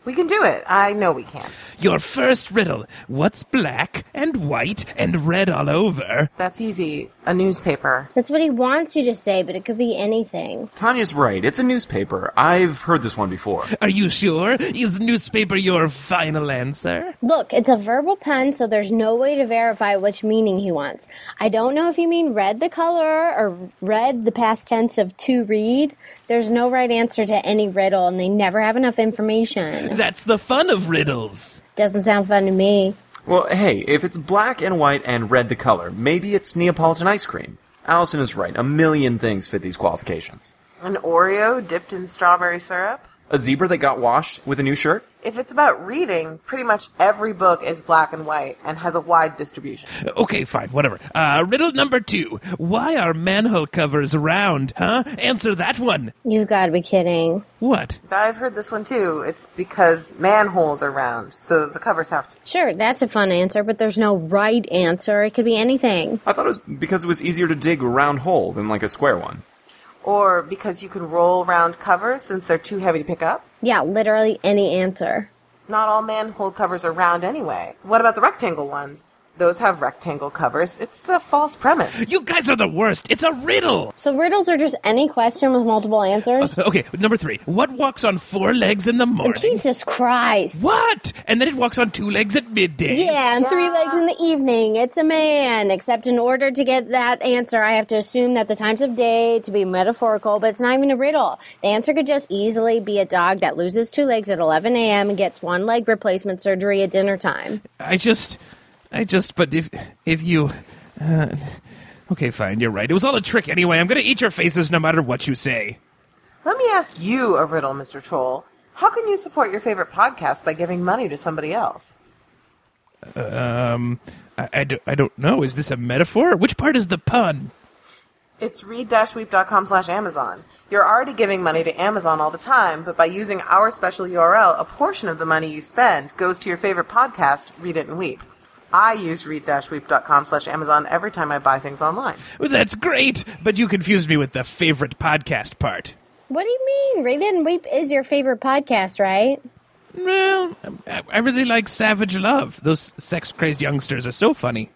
[SPEAKER 4] We can do it. I know we can.
[SPEAKER 2] Your first riddle What's black and white and red all over?
[SPEAKER 4] That's easy. A newspaper.
[SPEAKER 5] That's what he wants you to say, but it could be anything.
[SPEAKER 3] Tanya's right. It's a newspaper. I've heard this one before.
[SPEAKER 2] Are you sure? Is newspaper your final answer?
[SPEAKER 5] Look, it's a verbal pen, so there's no way to verify which meaning he wants. I don't know if you mean red the color or red the past tense of to read. There's no right answer to any riddle, and they never have enough information.
[SPEAKER 2] That's the fun of riddles.
[SPEAKER 5] Doesn't sound fun to me.
[SPEAKER 3] Well, hey, if it's black and white and red the color, maybe it's Neapolitan ice cream. Allison is right. A million things fit these qualifications.
[SPEAKER 4] An Oreo dipped in strawberry syrup.
[SPEAKER 3] A zebra that got washed with a new shirt.
[SPEAKER 4] If it's about reading, pretty much every book is black and white and has a wide distribution.
[SPEAKER 2] Okay, fine, whatever. Uh, riddle number two Why are manhole covers round, huh? Answer that one.
[SPEAKER 5] You've got to be kidding.
[SPEAKER 2] What?
[SPEAKER 4] I've heard this one too. It's because manholes are round, so the covers have to.
[SPEAKER 5] Sure, that's a fun answer, but there's no right answer. It could be anything.
[SPEAKER 3] I thought it was because it was easier to dig a round hole than like a square one.
[SPEAKER 4] Or because you can roll round covers since they're too heavy to pick up.
[SPEAKER 5] Yeah, literally any answer.
[SPEAKER 4] Not all manhole covers are round anyway. What about the rectangle ones? Those have rectangle covers. It's a false premise.
[SPEAKER 2] You guys are the worst. It's a riddle.
[SPEAKER 5] So riddles are just any question with multiple answers?
[SPEAKER 2] Okay, number three. What walks on four legs in the morning?
[SPEAKER 5] Jesus Christ.
[SPEAKER 2] What? And then it walks on two legs at midday.
[SPEAKER 5] Yeah, and three legs in the evening. It's a man. Except in order to get that answer, I have to assume that the times of day to be metaphorical, but it's not even a riddle. The answer could just easily be a dog that loses two legs at 11 a.m. and gets one leg replacement surgery at dinner time.
[SPEAKER 2] I just, I just. But if if you, uh, okay, fine. You're right. It was all a trick anyway. I'm gonna eat your faces no matter what you say.
[SPEAKER 4] Let me ask you a riddle, Mr. Troll. How can you support your favorite podcast by giving money to somebody else?
[SPEAKER 2] Um, I, I, do, I don't know. Is this a metaphor? Which part is the pun?
[SPEAKER 4] It's read-weep.com slash Amazon. You're already giving money to Amazon all the time, but by using our special URL, a portion of the money you spend goes to your favorite podcast, Read It and Weep. I use read-weep.com slash Amazon every time I buy things online.
[SPEAKER 2] Well, that's great, but you confused me with the favorite podcast part.
[SPEAKER 5] What do you mean? Read It and Weep is your favorite podcast, right?
[SPEAKER 2] Well, I, I really like Savage Love. Those sex crazed youngsters are so funny.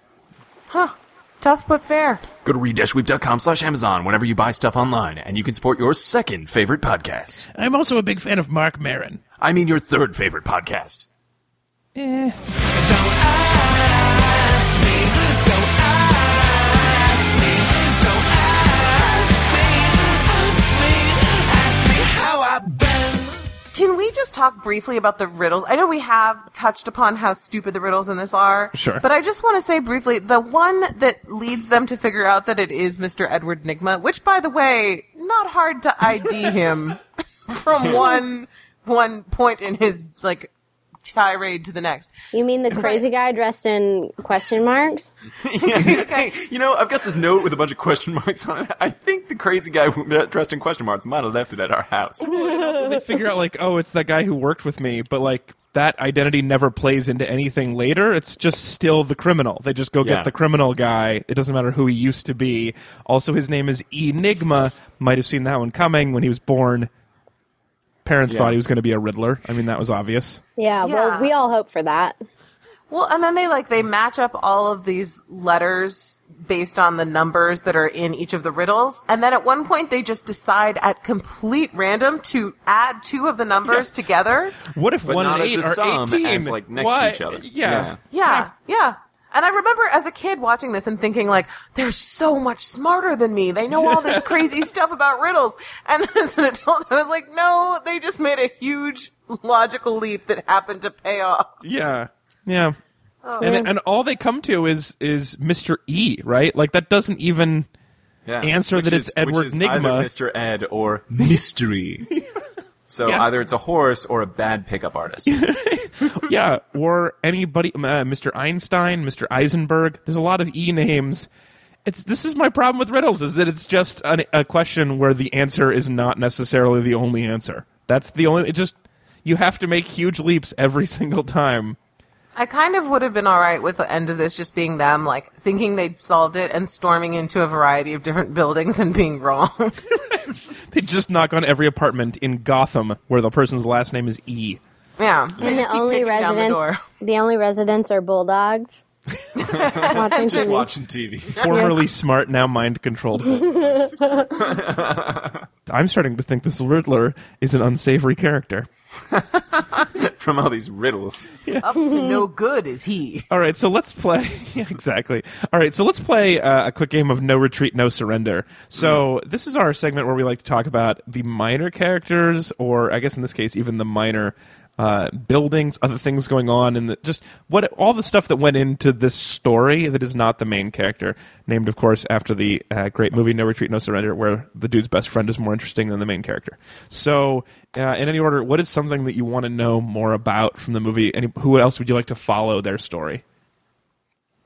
[SPEAKER 4] Tough but fair.
[SPEAKER 3] Go to read-weep.com slash Amazon whenever you buy stuff online, and you can support your second favorite podcast.
[SPEAKER 2] I'm also a big fan of Mark Marin.
[SPEAKER 3] I mean your third favorite podcast.
[SPEAKER 2] Eh.
[SPEAKER 4] Can we just talk briefly about the riddles? I know we have touched upon how stupid the riddles in this are.
[SPEAKER 2] Sure.
[SPEAKER 4] But I just want to say briefly the one that leads them to figure out that it is Mr. Edward Nigma, which, by the way, not hard to ID him from one one point in his like tirade to the next.
[SPEAKER 5] You mean the crazy guy dressed in question marks?
[SPEAKER 3] you know, I've got this note with a bunch of question marks on it. I think the crazy guy who dressed in question marks might have left it at our house.
[SPEAKER 2] they figure out, like, oh, it's that guy who worked with me, but, like, that identity never plays into anything later. It's just still the criminal. They just go
[SPEAKER 3] Yeah.
[SPEAKER 2] get the criminal guy. It doesn't matter who he used to be. Also, his name is Enigma. Might have seen that one coming when he was born. Parents
[SPEAKER 3] Yeah.
[SPEAKER 2] thought he was going to be a Riddler. I mean, that was obvious.
[SPEAKER 5] Yeah,
[SPEAKER 4] Yeah.
[SPEAKER 5] well, we all hope for that.
[SPEAKER 4] Well, and then they like they match up all of these letters based on the numbers that are in each of the riddles, and then at one point they just decide at complete random to add two of the numbers together.
[SPEAKER 2] What if
[SPEAKER 3] But
[SPEAKER 2] one
[SPEAKER 3] not
[SPEAKER 2] and
[SPEAKER 3] as
[SPEAKER 2] eight
[SPEAKER 3] a
[SPEAKER 2] are
[SPEAKER 3] sum, as,
[SPEAKER 2] eighteen?
[SPEAKER 3] like, next to
[SPEAKER 2] Why-
[SPEAKER 3] each other. Yeah.
[SPEAKER 2] Yeah.
[SPEAKER 4] Yeah, yeah. And I remember as a kid watching this and thinking like, they're so much smarter than me. They know all this crazy stuff about riddles. And then as an adult, I was like, no, they just made a huge logical leap that happened to pay off.
[SPEAKER 2] Yeah. Yeah. And, and all they come to is is Mr. E, right? Like that doesn't even
[SPEAKER 3] Yeah.
[SPEAKER 2] Answer
[SPEAKER 3] Which
[SPEAKER 2] that
[SPEAKER 3] is-
[SPEAKER 2] it's Edward
[SPEAKER 3] which is
[SPEAKER 2] Nigma.
[SPEAKER 3] either Mr. Ed or Mystery. so
[SPEAKER 2] Yeah.
[SPEAKER 3] either it's a horse or a bad pickup artist.
[SPEAKER 2] yeah, or anybody uh, Mr. Einstein, Mr. Eisenberg. There's a lot of E names. It's this is my problem with riddles is that it's just an, a question where the answer is not necessarily the only answer. That's the only it just you have to make huge leaps every single time.
[SPEAKER 4] I kind of would have been all right with the end of this just being them like thinking they'd solved it and storming into a variety of different buildings and being wrong.
[SPEAKER 2] They just knock on every apartment in Gotham where the person's last name is E.
[SPEAKER 4] yeah. They
[SPEAKER 5] And
[SPEAKER 4] just
[SPEAKER 5] the
[SPEAKER 4] keep
[SPEAKER 5] only
[SPEAKER 4] kicking down the
[SPEAKER 5] residents,
[SPEAKER 4] door.
[SPEAKER 5] the, only residents are bulldogs. watching
[SPEAKER 3] Just
[SPEAKER 5] TV.
[SPEAKER 3] watching TV.
[SPEAKER 2] formerly smart, now mind controlled. I'm starting to think this Riddler is an unsavory character.
[SPEAKER 3] From all these riddles.
[SPEAKER 4] Up to no good is he.
[SPEAKER 2] All right, so let's play. Yeah, exactly. All right, so let's play uh, a quick game of No Retreat, No Surrender. So this is our segment where we like to talk about the minor characters, or I guess in this case, even the minor uh, buildings, other things going on, and the, just what all the stuff that went into this story that is not the main character. Named, of course, after the uh, great movie No Retreat, No Surrender, where the dude's best friend is more interesting than the main character. So, uh, in any order, what is something that you want to know more about from the movie? Any, who else would you like to follow their story?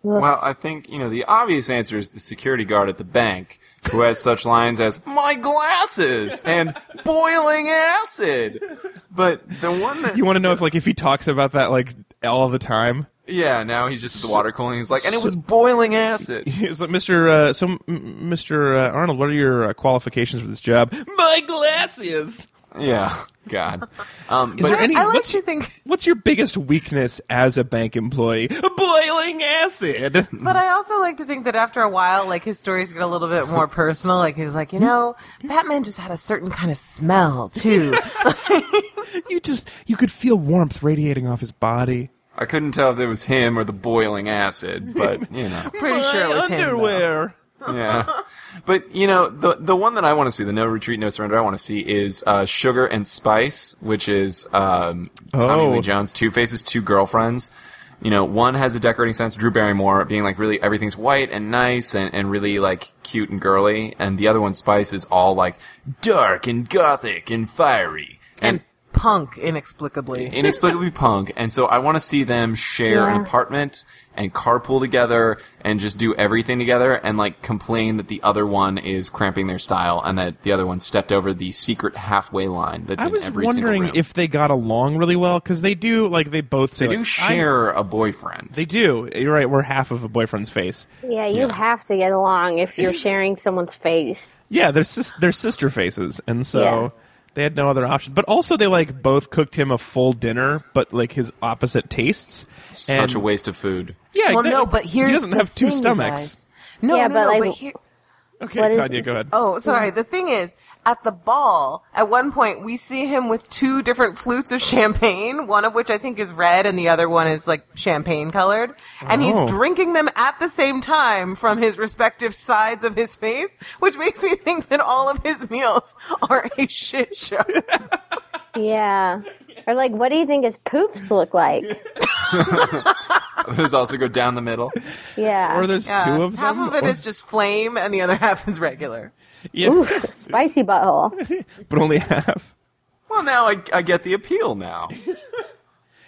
[SPEAKER 3] Well, I think, you know, the obvious answer is the security guard at the bank who has such lines as, my glasses! and boiling acid! But the one that.
[SPEAKER 2] You want to know if, like, if he talks about that like all the time?
[SPEAKER 3] yeah, now he's just at the water cooler and he's like, and it was boiling acid!
[SPEAKER 2] He's like, Mr. Uh, so, m- m- Mr. Uh, Arnold, what are your uh, qualifications for this job? My glasses.
[SPEAKER 3] Yeah. God. Um,
[SPEAKER 2] Is
[SPEAKER 3] but
[SPEAKER 2] there any?
[SPEAKER 4] I like
[SPEAKER 2] what's,
[SPEAKER 4] to think
[SPEAKER 2] what's your biggest weakness as a bank employee? Boiling acid.
[SPEAKER 4] But I also like to think that after a while, like his stories get a little bit more personal. Like he's like, you know, Batman just had a certain kind of smell too.
[SPEAKER 2] you just you could feel warmth radiating off his body.
[SPEAKER 3] I couldn't tell if it was him or the boiling acid, but, you know.
[SPEAKER 4] Pretty sure it
[SPEAKER 2] My
[SPEAKER 4] was him.
[SPEAKER 2] underwear.
[SPEAKER 3] Yeah. But you know, the the one that I want to see, the No Retreat, No Surrender, I want to see is uh, Sugar and Spice, which is um,
[SPEAKER 2] Oh.
[SPEAKER 3] Tommy Lee Jones, Two Faces, Two Girlfriends. You know, one has a decorating sense, Drew Barrymore, being like really everything's white and nice and, and really like cute and girly, and the other one, Spice, is all like dark and gothic and fiery and,
[SPEAKER 4] punk inexplicably.
[SPEAKER 3] inexplicably punk, and so I want to see them share an
[SPEAKER 5] Yeah.
[SPEAKER 3] apartment and carpool together and just do everything together and like complain that the other one is cramping their style and that the other one stepped over the secret halfway line that's
[SPEAKER 2] I
[SPEAKER 3] in
[SPEAKER 2] was
[SPEAKER 3] every single
[SPEAKER 2] wondering
[SPEAKER 3] room.
[SPEAKER 2] if they got along really well because they do. Like they both say,
[SPEAKER 3] they do
[SPEAKER 2] like, I'm-
[SPEAKER 3] share a boyfriend.
[SPEAKER 2] They do. You're right. We're half of a boyfriend's face.
[SPEAKER 5] Yeah, you
[SPEAKER 3] Yeah.
[SPEAKER 5] have to get along if you're sharing someone's face.
[SPEAKER 2] Yeah, they're sis- they're sister faces, and so
[SPEAKER 5] Yeah.
[SPEAKER 2] they had no other option. But also, they like both cooked him a full dinner, but like his opposite tastes.
[SPEAKER 3] Such
[SPEAKER 2] And-
[SPEAKER 3] a waste of food.
[SPEAKER 2] Yeah,
[SPEAKER 4] well,
[SPEAKER 2] exactly.
[SPEAKER 4] no, but here's
[SPEAKER 2] he doesn't
[SPEAKER 4] the
[SPEAKER 2] have two
[SPEAKER 4] thing, you
[SPEAKER 2] stomachs.
[SPEAKER 4] guys. No,
[SPEAKER 5] Yeah,
[SPEAKER 4] no,
[SPEAKER 5] but,
[SPEAKER 4] no,
[SPEAKER 5] like,
[SPEAKER 4] but here-
[SPEAKER 2] Okay,
[SPEAKER 5] What is
[SPEAKER 2] Tanya,
[SPEAKER 5] this-
[SPEAKER 2] go ahead.
[SPEAKER 4] Oh, sorry. The thing is, at the ball, at one point, we see him with two different flutes of champagne, one of which I think is red and the other one is like champagne colored. And he's
[SPEAKER 2] Oh.
[SPEAKER 4] drinking them at the same time from his respective sides of his face, which makes me think that all of his meals are a shit show.
[SPEAKER 5] Yeah. Or like, what do you think his poops look like?
[SPEAKER 3] Those also go down the middle.
[SPEAKER 5] Yeah.
[SPEAKER 2] Or there's
[SPEAKER 4] Yeah.
[SPEAKER 2] two of them.
[SPEAKER 4] half of it
[SPEAKER 2] or-
[SPEAKER 4] is just flame and the other half is regular.
[SPEAKER 2] yeah,
[SPEAKER 5] Oof, spicy butthole.
[SPEAKER 2] but only half.
[SPEAKER 3] Well, now I, I get the appeal now.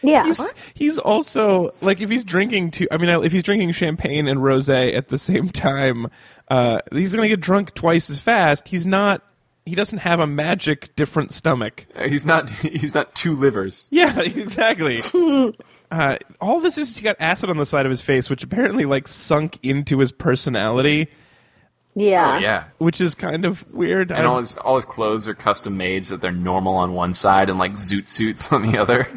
[SPEAKER 5] Yeah.
[SPEAKER 2] He's also like if he's drinking two. I mean, if he's drinking champagne and rosé at the same time, uh, he's gonna get drunk twice as fast. He's not. He doesn't have a magic different stomach.
[SPEAKER 3] He's not he's not two livers.
[SPEAKER 2] Yeah, exactly. uh, all this is he got acid on the side of his face, which apparently like sunk into his personality,
[SPEAKER 5] Yeah.
[SPEAKER 3] Oh, Yeah.
[SPEAKER 2] which is kind of weird.
[SPEAKER 3] And all
[SPEAKER 2] I,
[SPEAKER 3] his all his clothes are custom made so they're normal on one side and like zoot suits on the other.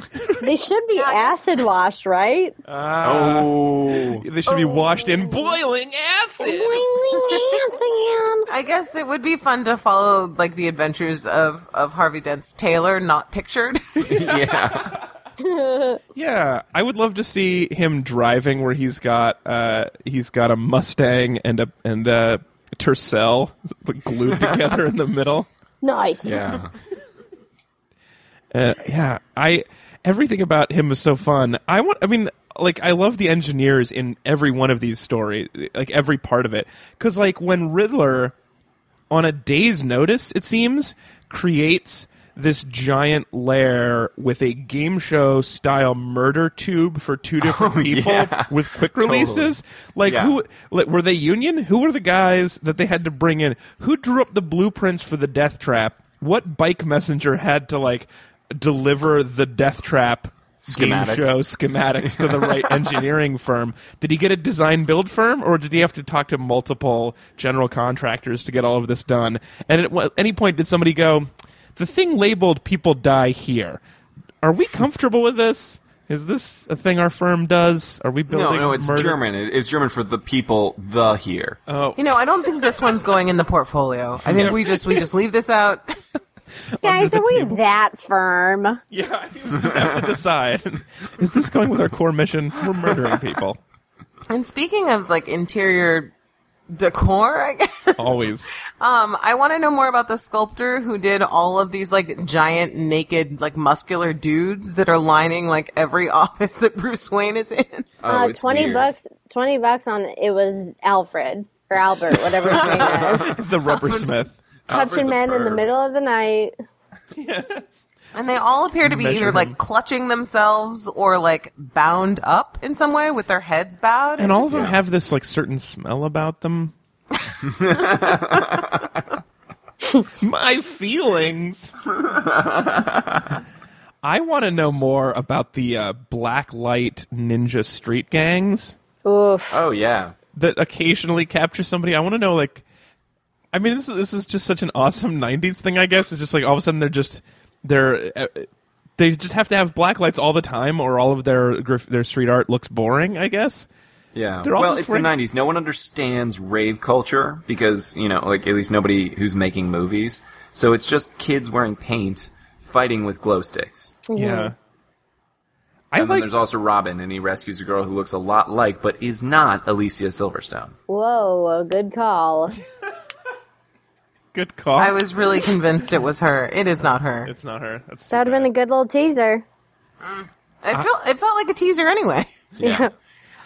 [SPEAKER 5] They should be acid washed, right?
[SPEAKER 3] oh,
[SPEAKER 2] they should be washed in boiling acid.
[SPEAKER 4] I guess it would be fun to follow like the adventures of, of Harvey Dent's Taylor, not pictured.
[SPEAKER 3] yeah.
[SPEAKER 2] Yeah, I would love to see him driving where he's got uh, he's got a Mustang and a and a Tercel glued together in the middle.
[SPEAKER 5] Nice.
[SPEAKER 3] Yeah.
[SPEAKER 2] Uh, yeah, I everything about him is so fun. I want. I mean, like I love the engineers in every one of these stories, like every part of it. Because like when Riddler, on a day's notice, it seems creates this giant lair with a game show style murder tube for two different people
[SPEAKER 3] Oh, yeah.
[SPEAKER 2] with quick releases. Like
[SPEAKER 3] Yeah.
[SPEAKER 2] who like, were they union? Who were the guys that they had to bring in? Who drew up the blueprints for the death trap? What bike messenger had to like deliver the death trap
[SPEAKER 3] Schematics.
[SPEAKER 2] game show schematics to the right engineering firm? Did he get a design build firm, or did he have to talk to multiple general contractors to get all of this done? And at what- any point, did somebody go, "The thing labeled people die here"? Are we comfortable with this? Is this a thing our firm does? Are we building?
[SPEAKER 3] No, no, it's
[SPEAKER 2] murder?
[SPEAKER 3] German. It- It's German for the people, the here.
[SPEAKER 4] You know, I don't think this one's going in the portfolio. I think we just we just leave this out.
[SPEAKER 5] Guys,
[SPEAKER 2] the
[SPEAKER 5] are we
[SPEAKER 2] table.
[SPEAKER 5] that
[SPEAKER 3] Oh,
[SPEAKER 5] firm?
[SPEAKER 2] Yeah, you just have to decide. Is this going with our core mission? We're murdering people.
[SPEAKER 4] And speaking of like interior decor, I guess,
[SPEAKER 2] Always.
[SPEAKER 4] um, I want to know more about the sculptor who did all of these like giant, naked, like muscular dudes that are lining like every office that Bruce Wayne is in.
[SPEAKER 3] Oh,
[SPEAKER 5] uh,
[SPEAKER 3] it's
[SPEAKER 5] 20
[SPEAKER 3] weird.
[SPEAKER 5] bucks. 20 bucks on it was Alfred or Albert, whatever his name is.
[SPEAKER 2] The rubber smith.
[SPEAKER 5] Touching
[SPEAKER 3] a
[SPEAKER 5] men in the
[SPEAKER 3] perv.
[SPEAKER 5] middle of the night.
[SPEAKER 4] And they all appear to be
[SPEAKER 2] Measure
[SPEAKER 4] either
[SPEAKER 2] him.
[SPEAKER 4] like clutching themselves or like bound up in some way with their heads bowed.
[SPEAKER 2] And
[SPEAKER 4] It
[SPEAKER 2] all
[SPEAKER 4] just-
[SPEAKER 2] of them have this like certain smell about them. My feelings. I want to know more about the uh, black light ninja street gangs.
[SPEAKER 5] Oof.
[SPEAKER 3] Oh yeah.
[SPEAKER 2] that occasionally capture somebody. I want to know, like, I mean, this is, this is just such an awesome '90s thing, I guess. It's just like all of a sudden they're just they're uh, they just have to have black lights all the time, or all of their graf- their street art looks boring. I guess.
[SPEAKER 3] Yeah.
[SPEAKER 2] They're all
[SPEAKER 3] well,
[SPEAKER 2] just
[SPEAKER 3] it's
[SPEAKER 2] wearing-
[SPEAKER 3] the '90s. No one understands rave culture because you know, like at least nobody who's making movies. So it's just kids wearing paint fighting with glow sticks.
[SPEAKER 2] Yeah. I
[SPEAKER 3] And then
[SPEAKER 2] like
[SPEAKER 3] there's also Robin, and he rescues a girl who looks a lot like, but is not Alicia Silverstone.
[SPEAKER 5] Whoa, a good call.
[SPEAKER 2] good call.
[SPEAKER 4] I was really convinced it was her. It is not her.
[SPEAKER 2] it's not her. That's
[SPEAKER 5] That would have been a good little teaser.
[SPEAKER 4] It felt it felt like a teaser anyway.
[SPEAKER 3] Yeah.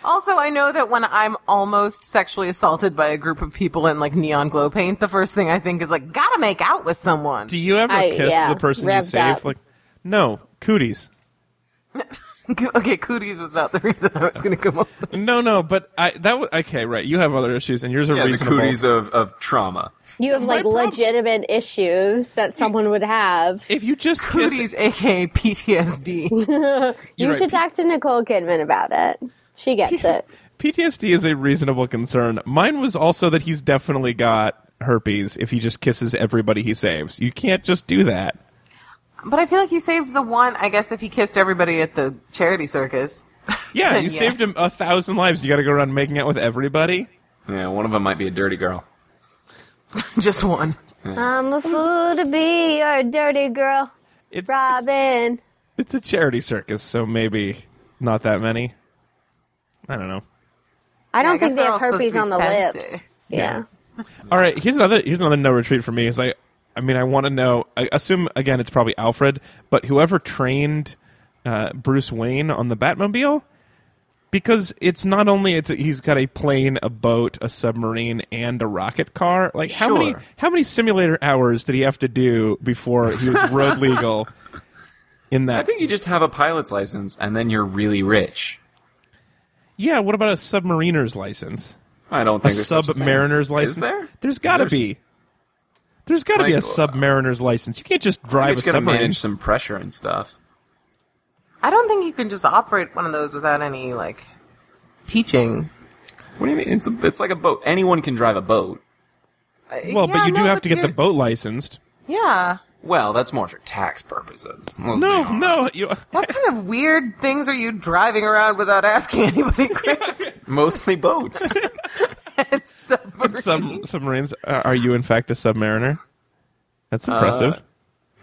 [SPEAKER 4] Also, I know that when I'm almost sexually assaulted by a group of people in like neon glow paint, the first thing I think is like, gotta make out with someone.
[SPEAKER 2] Do you ever
[SPEAKER 5] I-
[SPEAKER 2] kiss
[SPEAKER 5] yeah,
[SPEAKER 2] the person you
[SPEAKER 5] revved
[SPEAKER 2] save?
[SPEAKER 5] up.
[SPEAKER 2] Like, No, cooties.
[SPEAKER 4] okay, cooties was not the reason I was going to come up. with
[SPEAKER 2] No, no, but I that was okay. Right, you have other issues, and yours are
[SPEAKER 3] Yeah, the
[SPEAKER 2] reasonable.
[SPEAKER 3] cooties of, of trauma.
[SPEAKER 5] You have like
[SPEAKER 2] problem-
[SPEAKER 5] legitimate issues that someone would have.
[SPEAKER 2] if you just kiss-
[SPEAKER 4] Cooties, aka PTSD.
[SPEAKER 5] You
[SPEAKER 2] right.
[SPEAKER 5] should talk to Nicole Kidman about it. She gets it.
[SPEAKER 2] PTSD is a reasonable concern. Mine was also that he's definitely got herpes if he just kisses everybody he saves. You can't just do that.
[SPEAKER 4] but I feel like he saved the one. I guess if he kissed everybody at the charity circus,
[SPEAKER 2] Yeah, you
[SPEAKER 4] Yes.
[SPEAKER 2] saved him a thousand lives. You got to go around making out with everybody.
[SPEAKER 3] Yeah, one of them might be a dirty girl.
[SPEAKER 4] just one.
[SPEAKER 5] I'm a fool to be your dirty girl,
[SPEAKER 2] It's it's,
[SPEAKER 5] Robin.
[SPEAKER 2] it's a charity circus, so maybe not that many. I don't know.
[SPEAKER 5] I
[SPEAKER 4] I
[SPEAKER 5] don't
[SPEAKER 4] guess
[SPEAKER 5] think they
[SPEAKER 4] they're
[SPEAKER 5] have
[SPEAKER 4] all supposed to
[SPEAKER 5] herpes
[SPEAKER 4] be
[SPEAKER 5] on the
[SPEAKER 4] fancy.
[SPEAKER 5] lips. Yeah.
[SPEAKER 2] All right, here's another here's another no retreat for me. Is I, I mean, I want to know. I assume again, it's probably Alfred, but whoever trained uh, Bruce Wayne on the Batmobile, because it's not only it's he's got a plane, a boat, a submarine, and a rocket car. Like how many
[SPEAKER 3] Sure.
[SPEAKER 2] how many simulator hours did he have to do before he was road legal? In that,
[SPEAKER 3] I think you just have a pilot's license and then you're really rich.
[SPEAKER 2] yeah. What about a submariner's license?
[SPEAKER 3] I don't
[SPEAKER 2] A
[SPEAKER 3] think there's such a thing.
[SPEAKER 2] submariner's license?
[SPEAKER 3] Is there?
[SPEAKER 2] There's got to
[SPEAKER 3] There's-
[SPEAKER 2] be. There's got to be a
[SPEAKER 3] Like, uh,
[SPEAKER 2] submariner's license. You can't just
[SPEAKER 3] You
[SPEAKER 2] drive a
[SPEAKER 3] just gotta
[SPEAKER 2] submarine.
[SPEAKER 3] manage some pressure and stuff.
[SPEAKER 4] I don't think you can just operate one of those without any like teaching.
[SPEAKER 3] What do you mean? It's a, it's like a boat. Anyone can drive a boat.
[SPEAKER 2] Well,
[SPEAKER 4] Yeah,
[SPEAKER 2] but you do
[SPEAKER 4] no,
[SPEAKER 2] have to get the
[SPEAKER 4] you're-
[SPEAKER 2] boat licensed.
[SPEAKER 4] Yeah.
[SPEAKER 3] Well, that's more for tax purposes. Let's be
[SPEAKER 2] No,
[SPEAKER 3] honest.
[SPEAKER 2] no. You,
[SPEAKER 4] What kind of weird things are you driving around without asking anybody, Chris?
[SPEAKER 3] Mostly boats.
[SPEAKER 4] It's submarine.
[SPEAKER 2] some submarines. Uh, are you in fact a submariner?
[SPEAKER 3] Uh,
[SPEAKER 2] That's impressive.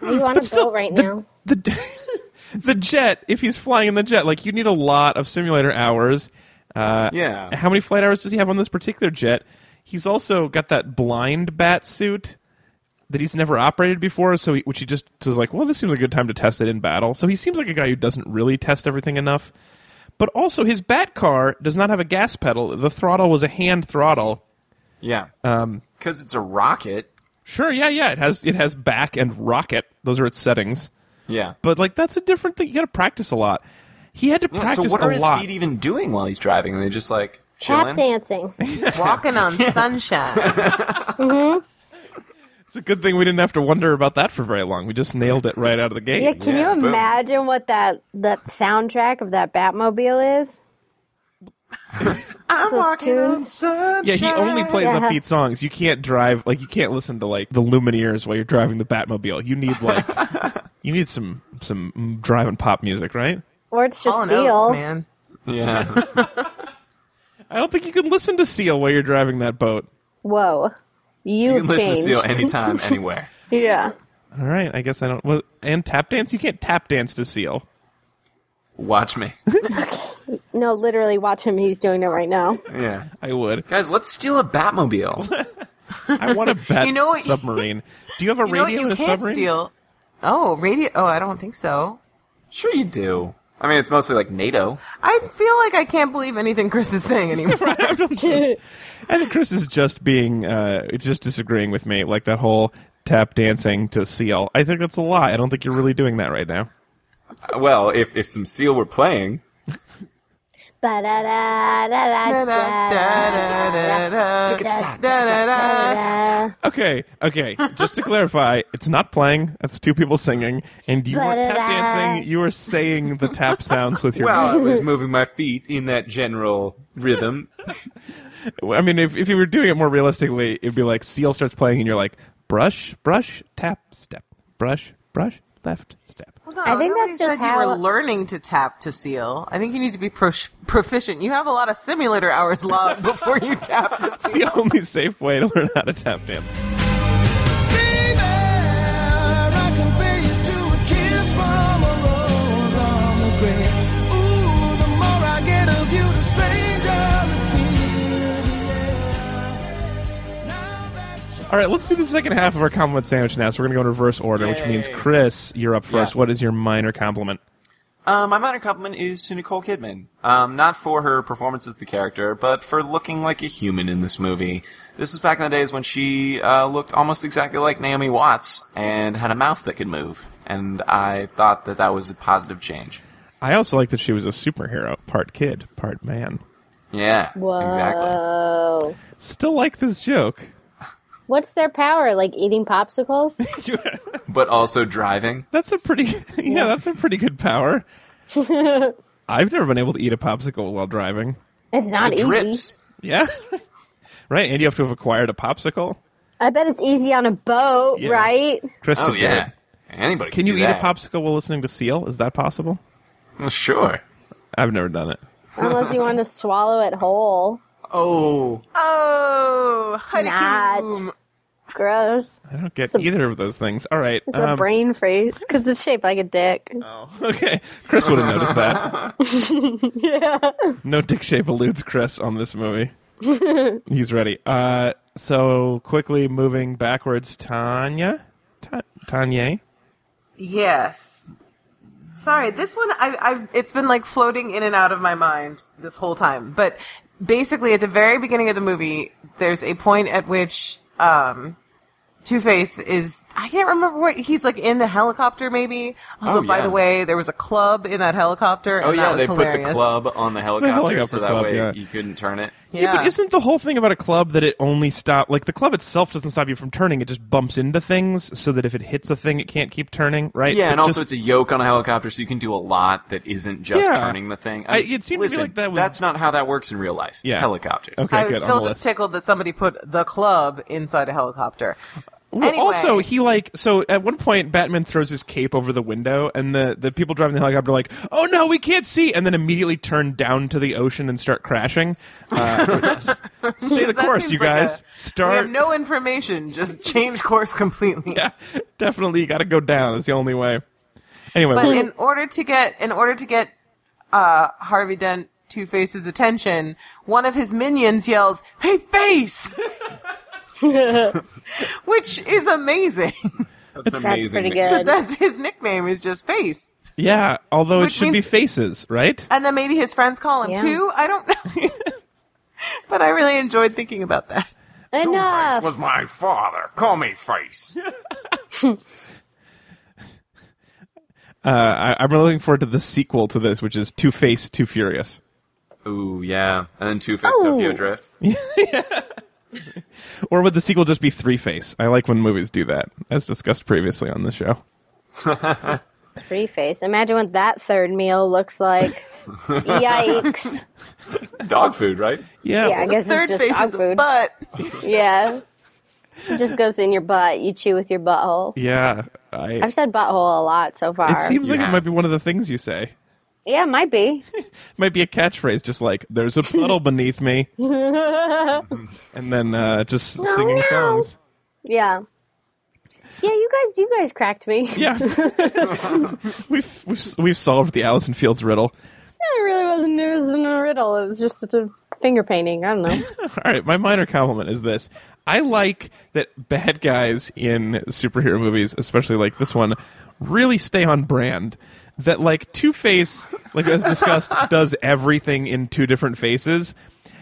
[SPEAKER 5] You want to
[SPEAKER 2] still,
[SPEAKER 5] go right
[SPEAKER 2] the,
[SPEAKER 5] now?
[SPEAKER 2] The, the jet. If he's flying in the jet, like you need a lot of simulator hours.
[SPEAKER 3] yeah.
[SPEAKER 2] How many flight hours does he have on this particular jet? He's also got that blind bat suit that he's never operated before, so he, which he just is like, well, this seems like a good time to test it in battle. So he seems like a guy who doesn't really test everything enough. But also, his bat car does not have a gas pedal. The throttle was a hand throttle.
[SPEAKER 3] Yeah.
[SPEAKER 2] Um,
[SPEAKER 3] Because it's a rocket.
[SPEAKER 2] Sure, yeah, yeah. It has it has back and rocket. Those are its settings.
[SPEAKER 3] Yeah.
[SPEAKER 2] But like that's a different thing. You got to practice a lot. He had to
[SPEAKER 3] Yeah, so
[SPEAKER 2] practice
[SPEAKER 3] what
[SPEAKER 2] a
[SPEAKER 3] are his
[SPEAKER 2] lot.
[SPEAKER 3] feet even doing while he's driving? Are they just like chilling?
[SPEAKER 5] Tap dancing.
[SPEAKER 4] walking on sunshine.
[SPEAKER 2] it's a good thing we didn't have to wonder about that for very long. We just nailed it right out of the gate.
[SPEAKER 5] Yeah, can
[SPEAKER 3] Yeah,
[SPEAKER 5] you
[SPEAKER 3] boom.
[SPEAKER 5] imagine what that that soundtrack of that Batmobile is?
[SPEAKER 4] I'm
[SPEAKER 5] Those
[SPEAKER 4] walking on
[SPEAKER 5] tunes.
[SPEAKER 4] sunshine.
[SPEAKER 2] Yeah, he only plays
[SPEAKER 5] Yeah.
[SPEAKER 2] upbeat songs. You can't drive like you can't listen to like the Lumineers while you're driving the Batmobile. You need like you need some some driving pop music, right?
[SPEAKER 5] Or it's
[SPEAKER 4] Hall
[SPEAKER 5] just
[SPEAKER 4] and
[SPEAKER 5] Seal.
[SPEAKER 4] Oates, man.
[SPEAKER 3] Yeah.
[SPEAKER 2] I don't think you can listen to Seal while you're driving that boat.
[SPEAKER 5] Whoa. You,
[SPEAKER 3] you can listen to
[SPEAKER 5] changed.
[SPEAKER 3] Seal anytime, anywhere.
[SPEAKER 5] yeah.
[SPEAKER 2] All right, I guess I don't. Well, and tap dance. You can't tap dance to Seal.
[SPEAKER 3] Watch me.
[SPEAKER 5] No, literally watch him. He's doing it right now.
[SPEAKER 3] Yeah.
[SPEAKER 2] I would.
[SPEAKER 3] Guys, let's steal a Batmobile.
[SPEAKER 2] I want a bat
[SPEAKER 4] You know what-
[SPEAKER 2] submarine. Do you have a
[SPEAKER 4] You know what
[SPEAKER 2] radio
[SPEAKER 4] you
[SPEAKER 2] in a
[SPEAKER 4] can't
[SPEAKER 2] submarine?
[SPEAKER 4] steal? Oh, radio. Oh, I don't think so.
[SPEAKER 3] sure you do. I mean, it's mostly like NATO.
[SPEAKER 4] I feel like I can't believe anything Chris is saying anymore.
[SPEAKER 2] I think Chris is just being uh, just disagreeing with me, like that whole tap dancing to Seal. I think that's a lie. I don't think you're really doing that right now.
[SPEAKER 3] Uh, Well, if, if some Seal were playing,
[SPEAKER 2] Okay, okay. Just to clarify, it's not playing. That's two people singing, and you were tap dancing. You were saying the tap sounds with your.
[SPEAKER 3] well, I was moving my feet in that general rhythm.
[SPEAKER 2] I mean, if if you were doing it more realistically, it'd be like Seal starts playing, and you're like brush, brush, tap, step, brush, brush, left, step.
[SPEAKER 5] I think
[SPEAKER 4] Nobody
[SPEAKER 5] that's
[SPEAKER 4] said
[SPEAKER 5] just
[SPEAKER 4] you were
[SPEAKER 5] how-
[SPEAKER 4] learning to tap to seal. I think you need to be prof- proficient. You have a lot of simulator hours logged before you tap to seal.
[SPEAKER 2] The only safe way to learn how to tap dance. All right, let's do the second half of our compliment sandwich now. So we're going to go in reverse order, which means Chris, you're up first.
[SPEAKER 3] Yes.
[SPEAKER 2] What is your minor compliment?
[SPEAKER 3] Uh, my minor compliment is to Nicole Kidman. Um, not for her performance as the character, but for looking like a human in this movie. This was back in the days when she uh, looked almost exactly like Naomi Watts and had a mouth that could move. and I thought that that was a positive change.
[SPEAKER 2] I also like that she was a superhero, part kid, part man.
[SPEAKER 3] Yeah,
[SPEAKER 5] Whoa.
[SPEAKER 3] exactly.
[SPEAKER 2] Still like this joke.
[SPEAKER 5] What's their power? Like eating popsicles?
[SPEAKER 3] But also driving.
[SPEAKER 2] that's a pretty yeah, that's a pretty good power. I've never been able to eat a popsicle while driving.
[SPEAKER 5] It's not
[SPEAKER 3] It
[SPEAKER 5] easy.
[SPEAKER 3] drips.
[SPEAKER 2] Yeah. right, and you have to have acquired a popsicle.
[SPEAKER 5] I bet it's easy on a boat,
[SPEAKER 2] Yeah.
[SPEAKER 5] right?
[SPEAKER 2] Chris
[SPEAKER 3] Oh
[SPEAKER 2] could do
[SPEAKER 3] yeah.
[SPEAKER 2] it.
[SPEAKER 3] Anybody
[SPEAKER 2] Can you
[SPEAKER 3] do
[SPEAKER 2] eat
[SPEAKER 3] that.
[SPEAKER 2] a popsicle while listening to Seal? Is that possible?
[SPEAKER 3] Well, sure.
[SPEAKER 2] I've never done it.
[SPEAKER 5] Unless you want to swallow it whole.
[SPEAKER 3] Oh,
[SPEAKER 4] Oh,
[SPEAKER 5] Not.
[SPEAKER 4] honeycomb.
[SPEAKER 5] Gross.
[SPEAKER 2] I don't get
[SPEAKER 5] a-
[SPEAKER 2] either of those things. All right.
[SPEAKER 5] It's a
[SPEAKER 2] um,
[SPEAKER 5] brain freeze because it's shaped like a dick.
[SPEAKER 2] Okay. Chris would have noticed that. No dick shape eludes Chris on this movie. He's ready. Uh, so quickly moving backwards, Tanya? Ta- Tanya?
[SPEAKER 4] Yes. Sorry, this one I, I it's been like floating in and out of my mind this whole time. But basically, at the very beginning of the movie, there's a point at which um, Two Face is I can't remember what he's like in a helicopter. Maybe also,
[SPEAKER 3] Oh,
[SPEAKER 4] by
[SPEAKER 3] yeah.
[SPEAKER 4] the way, there was a club in that helicopter. And
[SPEAKER 3] oh yeah.
[SPEAKER 4] that was
[SPEAKER 3] They
[SPEAKER 4] hilarious.
[SPEAKER 3] put the club on the helicopter,
[SPEAKER 2] helicopter
[SPEAKER 3] so that
[SPEAKER 2] club,
[SPEAKER 3] way
[SPEAKER 2] yeah.
[SPEAKER 3] you couldn't turn it.
[SPEAKER 4] Yeah,
[SPEAKER 2] but isn't the whole thing about a club that it only stop like the club itself doesn't stop you from turning, it just bumps into things so that if it hits a thing it can't keep turning, right?
[SPEAKER 3] Yeah,
[SPEAKER 2] It
[SPEAKER 3] and also
[SPEAKER 2] just-
[SPEAKER 3] it's a yoke on a helicopter, so you can do a lot that isn't just
[SPEAKER 2] Yeah.
[SPEAKER 3] turning the thing.
[SPEAKER 2] I- it seemed to me
[SPEAKER 3] listen,
[SPEAKER 2] like that was-
[SPEAKER 3] That's not how that works in real life.
[SPEAKER 2] Yeah.
[SPEAKER 3] helicopters.
[SPEAKER 2] Okay.
[SPEAKER 4] I was
[SPEAKER 2] good, on
[SPEAKER 4] still
[SPEAKER 2] the
[SPEAKER 4] just
[SPEAKER 2] list.
[SPEAKER 4] tickled that somebody put the club inside a helicopter.
[SPEAKER 2] Well,
[SPEAKER 4] Anyway.
[SPEAKER 2] also he like so at one point Batman throws his cape over the window and the the people driving the helicopter are like oh no we can't see and then immediately turn down to the ocean and start crashing. Uh, just stay the
[SPEAKER 4] That
[SPEAKER 2] course,
[SPEAKER 4] seems
[SPEAKER 2] you
[SPEAKER 4] like
[SPEAKER 2] guys.
[SPEAKER 4] a- We
[SPEAKER 2] Start.
[SPEAKER 4] have no information. Just change course completely.
[SPEAKER 2] Yeah, definitely you got to go down. It's the only way. Anyway,
[SPEAKER 4] But
[SPEAKER 2] we-
[SPEAKER 4] in order to get in order to get uh, Harvey Dent Two Face's attention, one of his minions yells, "Hey, Face!" Which is amazing.
[SPEAKER 3] That's,
[SPEAKER 5] That's pretty
[SPEAKER 3] Nick.
[SPEAKER 5] good.
[SPEAKER 4] That's his nickname is just Face,
[SPEAKER 2] yeah. Although it
[SPEAKER 4] which
[SPEAKER 2] should be
[SPEAKER 4] means-
[SPEAKER 2] faces, right?
[SPEAKER 4] and then maybe his friends call him
[SPEAKER 5] Yeah.
[SPEAKER 4] Two. I don't know. but I really enjoyed thinking about that.
[SPEAKER 5] Enough.
[SPEAKER 3] was my father. Call me face.
[SPEAKER 2] Uh, I, I'm really looking forward to the sequel to this, which is Two Face, Two Furious.
[SPEAKER 3] Ooh, yeah. And then Two Face
[SPEAKER 5] Oh.
[SPEAKER 3] Tokyo Drift.
[SPEAKER 2] Or would the sequel just be Three Face? I like when movies do that, as discussed previously on the show.
[SPEAKER 5] Three face. Imagine what that third meal looks like. Yikes.
[SPEAKER 3] Dog food, right?
[SPEAKER 2] Yeah.
[SPEAKER 5] Yeah, I guess
[SPEAKER 4] Third
[SPEAKER 5] it's just
[SPEAKER 4] Face
[SPEAKER 5] dog
[SPEAKER 4] is a
[SPEAKER 5] food.
[SPEAKER 4] butt.
[SPEAKER 5] Yeah. It just goes in your butt. You chew with your butthole.
[SPEAKER 2] Yeah, I,
[SPEAKER 5] I've said butthole a lot so far.
[SPEAKER 2] It seems like it
[SPEAKER 3] Yeah.
[SPEAKER 2] might be one of the things you say.
[SPEAKER 5] yeah, it might be.
[SPEAKER 2] It might be a catchphrase, just like "There's a puddle beneath me," and then uh, just singing songs.
[SPEAKER 5] Yeah. Yeah, you guys, you guys cracked me.
[SPEAKER 2] Yeah, we've, we've we've solved the Allison Fields riddle.
[SPEAKER 5] it really wasn't, it wasn't a riddle. It was just a finger painting. I don't know.
[SPEAKER 2] All right, my minor compliment is this: I like that bad guys in superhero movies, especially like this one, really stay on brand. That like Two Face, like as discussed, does everything in two different faces,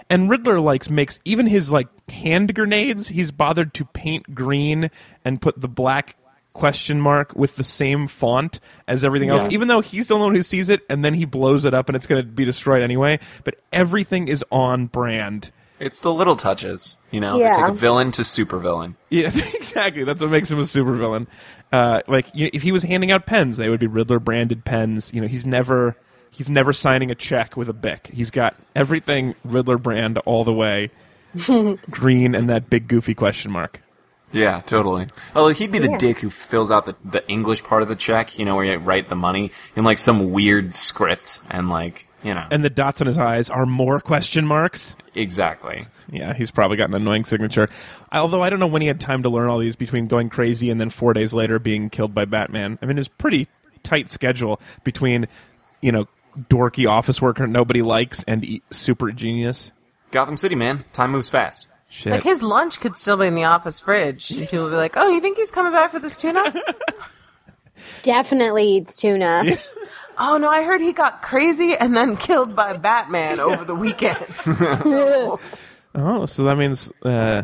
[SPEAKER 2] and Riddler likes makes even his like hand grenades. He's bothered to paint green and put the black question mark with the same font as everything else
[SPEAKER 3] Yes.
[SPEAKER 2] even though he's the only one who sees it and then he blows it up and it's going to be destroyed anyway but everything is on brand
[SPEAKER 3] It's the little touches, you know. They
[SPEAKER 5] Yeah.
[SPEAKER 3] take a villain to supervillain.
[SPEAKER 2] Yeah, exactly. That's what makes him a supervillain. Uh, like you if he was handing out pens, they would be Riddler branded pens. You know, he's never he's never signing a check with a bic. He's got everything Riddler brand all the way. Green and that big goofy question mark.
[SPEAKER 3] Yeah, totally. Although he'd be the dick who fills out the, the English part of the check, you know, where you write the money in like some weird script and like, you know.
[SPEAKER 2] And the dots on his eyes are more question marks.
[SPEAKER 3] exactly.
[SPEAKER 2] Yeah, he's probably got an annoying signature. Although I don't know when he had time to learn all these between going crazy and then four days later being killed by Batman. I mean, it's pretty tight schedule between, you know, dorky office worker nobody likes and e- super genius.
[SPEAKER 3] Gotham City, man. Time moves fast.
[SPEAKER 2] Shit.
[SPEAKER 4] Like his lunch could still be in the office fridge, and people would be like, "Oh, you think he's coming back for this tuna?"
[SPEAKER 5] Definitely eats tuna.
[SPEAKER 4] oh no, I heard he got crazy and then killed by Batman over the weekend.
[SPEAKER 2] oh, so that means uh,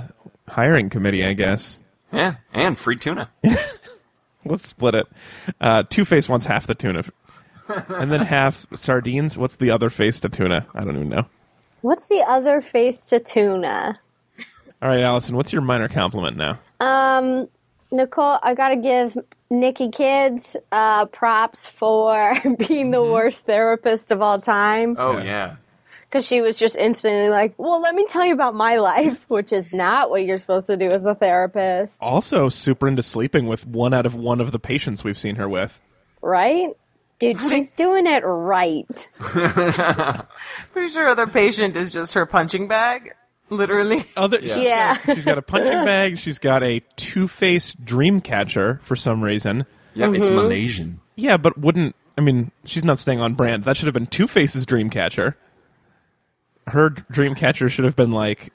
[SPEAKER 2] hiring committee, I guess.
[SPEAKER 3] Yeah, and free tuna.
[SPEAKER 2] Let's split it. Uh, Two Face wants half the tuna, and then half sardines. What's the other face to tuna? I don't even know.
[SPEAKER 5] What's the other face to tuna?
[SPEAKER 2] All right, Allison, what's your minor compliment now?
[SPEAKER 5] Um, Nicole, I gotta give Nikki Kids uh, props for being
[SPEAKER 2] Mm-hmm.
[SPEAKER 5] the worst therapist of all time
[SPEAKER 3] Oh
[SPEAKER 2] Yeah.
[SPEAKER 3] yeah.
[SPEAKER 5] because she was just instantly like, "Well, let me tell you about my life," which is not what you're supposed to do as a therapist,
[SPEAKER 2] Also, super into sleeping with one out of one of the patients we've seen her with.
[SPEAKER 5] right? Dude, she's doing it right.
[SPEAKER 4] Pretty sure other patient is just her punching bag, literally.
[SPEAKER 2] Other,
[SPEAKER 5] Yeah.
[SPEAKER 2] She's got a punching bag. She's got a two-faced dream catcher for some reason.
[SPEAKER 3] Yeah, it's Malaysian.
[SPEAKER 2] Yeah, but wouldn't I mean? She's not staying on brand. That should have been Two Face's dream catcher. Her dream catcher should have been like,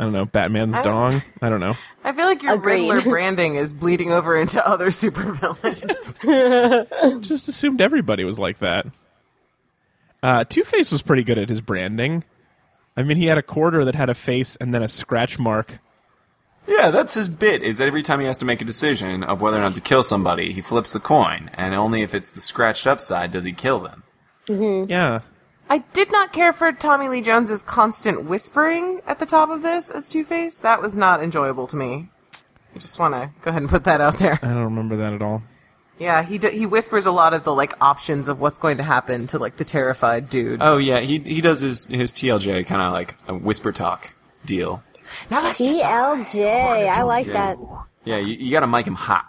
[SPEAKER 2] I don't know, Batman's dong. I don't know.
[SPEAKER 4] I feel like your
[SPEAKER 5] Agreed.
[SPEAKER 4] Riddler branding is bleeding over into other supervillains.
[SPEAKER 2] Just assumed everybody was like that. Uh, Two Face was pretty good at his branding. I mean, he had a quarter that had a face and then a scratch mark.
[SPEAKER 3] Yeah, that's his bit. Is that every time he has to make a decision of whether or not to kill somebody, he flips the coin, and only if it's the scratched up side does he kill them.
[SPEAKER 2] Yeah,
[SPEAKER 4] I did not care for Tommy Lee Jones's constant whispering at the top of this as Two Face. That was not enjoyable to me. I just want to go ahead and put that out
[SPEAKER 2] I
[SPEAKER 4] there.
[SPEAKER 2] don't remember that at all.
[SPEAKER 4] Yeah, he d- he whispers a lot of the like options of what's going to happen to like the terrified dude.
[SPEAKER 3] Oh yeah, he he does his his TLJ kind of like a whisper talk deal.
[SPEAKER 4] now let's decide.
[SPEAKER 5] TLJ, I like that.
[SPEAKER 3] Yeah, you, you got to mic him hot.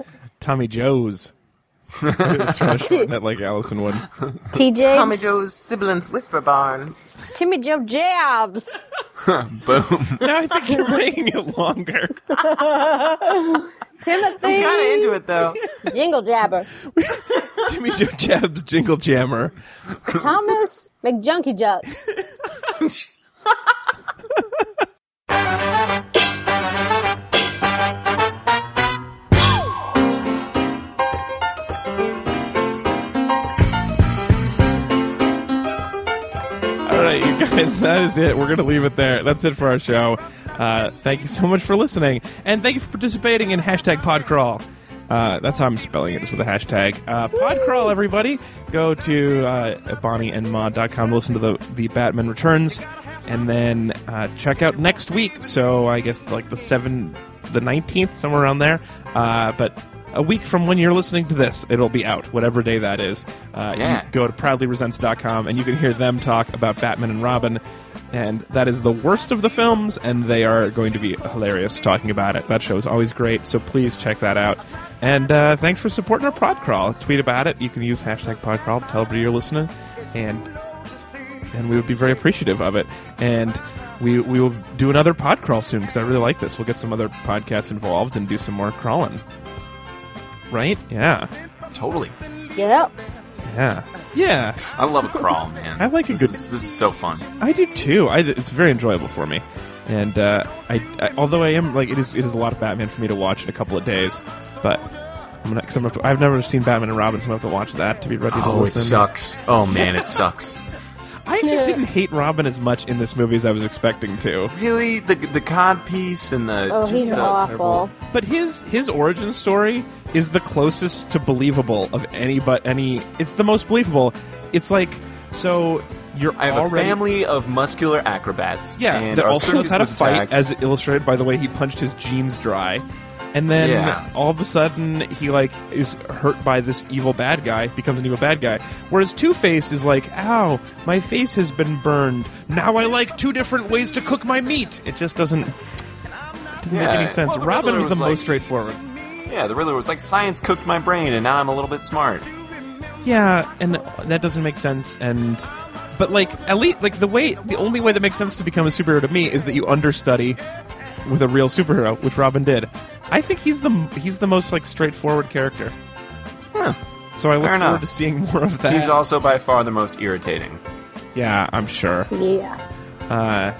[SPEAKER 2] Tommy Joe's. I was trying to shorten it like Allison would.
[SPEAKER 4] Tommy
[SPEAKER 5] TJ,
[SPEAKER 4] Joe's siblings whisper barn.
[SPEAKER 5] Timmy Joe Jabs.
[SPEAKER 3] Boom.
[SPEAKER 2] Now I think you're making it longer.
[SPEAKER 5] Timothy
[SPEAKER 4] Kind of into it though.
[SPEAKER 5] Jingle Jabber.
[SPEAKER 2] Jimmy Joe Jab's Jingle Jammer.
[SPEAKER 5] Thomas McJunkie Jucks.
[SPEAKER 2] All right, you guys, that is it. We're going to leave it there. That's it for our show. Uh, thank you so much for listening. And thank you for participating in hashtag podcrawl. Uh, that's how I'm spelling it, is with a hashtag. Uh, podcrawl, everybody. Go to uh, bonnieandmod.com to listen to the, the Batman Returns. And then uh, check out next week. So I guess like the 7th, the 19th, somewhere around there. Uh, but a week from when you're listening to this, it'll be out, whatever day that is. Uh, you
[SPEAKER 3] Yeah.
[SPEAKER 2] go go to proudlyresents.com and you can hear them talk about Batman and Robin. And that is the worst of the films, and they are going to be hilarious talking about it. That show is always great, so please check that out. And uh, thanks for supporting our prod crawl. Tweet about it. You can use hashtag prod crawl. Tell everybody you're listening, and and we would be very appreciative of it. And we we will do another pod crawl soon because I really like this. We'll get some other podcasts involved and do some more crawling. Right? Yeah.
[SPEAKER 3] totally.
[SPEAKER 5] Yep.
[SPEAKER 2] Yeah. Yes.
[SPEAKER 3] I love a crawl, man.
[SPEAKER 2] I like a
[SPEAKER 3] this
[SPEAKER 2] good-
[SPEAKER 3] Is, this is so fun.
[SPEAKER 2] I do too. I, it's very enjoyable for me, and uh, I, I although I am like it is it is a lot of Batman for me to watch in a couple of days, but I'm gonna, cause I'm gonna have to, I've never seen Batman and Robin, so I'm gonna have to watch that to be ready to
[SPEAKER 3] Oh, it
[SPEAKER 2] listen.
[SPEAKER 3] sucks. Oh man, it sucks.
[SPEAKER 2] I actually didn't hate Robin as much in this movie as I was expecting to,
[SPEAKER 3] Really, the the cod piece and the
[SPEAKER 5] Oh, he's
[SPEAKER 3] just uh, the-
[SPEAKER 5] awful.
[SPEAKER 2] but his his origin story is the closest to believable of any but any. It's the most believable. It's like so you're
[SPEAKER 3] I have
[SPEAKER 2] already
[SPEAKER 3] a family of muscular acrobats.
[SPEAKER 2] Yeah,
[SPEAKER 3] and
[SPEAKER 2] that
[SPEAKER 3] our
[SPEAKER 2] also knows
[SPEAKER 3] circus
[SPEAKER 2] how to
[SPEAKER 3] was
[SPEAKER 2] fight,
[SPEAKER 3] attacked.
[SPEAKER 2] as illustrated by the way he punched his jeans dry. And then
[SPEAKER 3] Yeah.
[SPEAKER 2] all of a sudden, he like is hurt by this evil bad guy, becomes an evil bad guy. Whereas Two Face is like, "Ow, my face has been burned. Now I like two different ways to cook my meat." It just doesn't didn't make
[SPEAKER 3] Yeah.
[SPEAKER 2] any sense.
[SPEAKER 3] Well, the
[SPEAKER 2] Robin
[SPEAKER 3] Riddler
[SPEAKER 2] was the
[SPEAKER 3] was like-
[SPEAKER 2] most straightforward.
[SPEAKER 3] Yeah, the Riddler was like, science cooked my brain, and now I'm a little bit smart.
[SPEAKER 2] Uh-huh. Yeah, and that doesn't make sense. And but like at least like the way the only way that makes sense to become a superhero to me is that you understudy with a real superhero, which Robin did. I think he's the he's the most like straightforward character.
[SPEAKER 3] Yeah.
[SPEAKER 2] So I look
[SPEAKER 3] Fair
[SPEAKER 2] forward
[SPEAKER 3] enough.
[SPEAKER 2] to seeing more of that.
[SPEAKER 3] He's also by far the most irritating.
[SPEAKER 2] yeah, I'm sure.
[SPEAKER 5] Yeah.
[SPEAKER 2] Uh,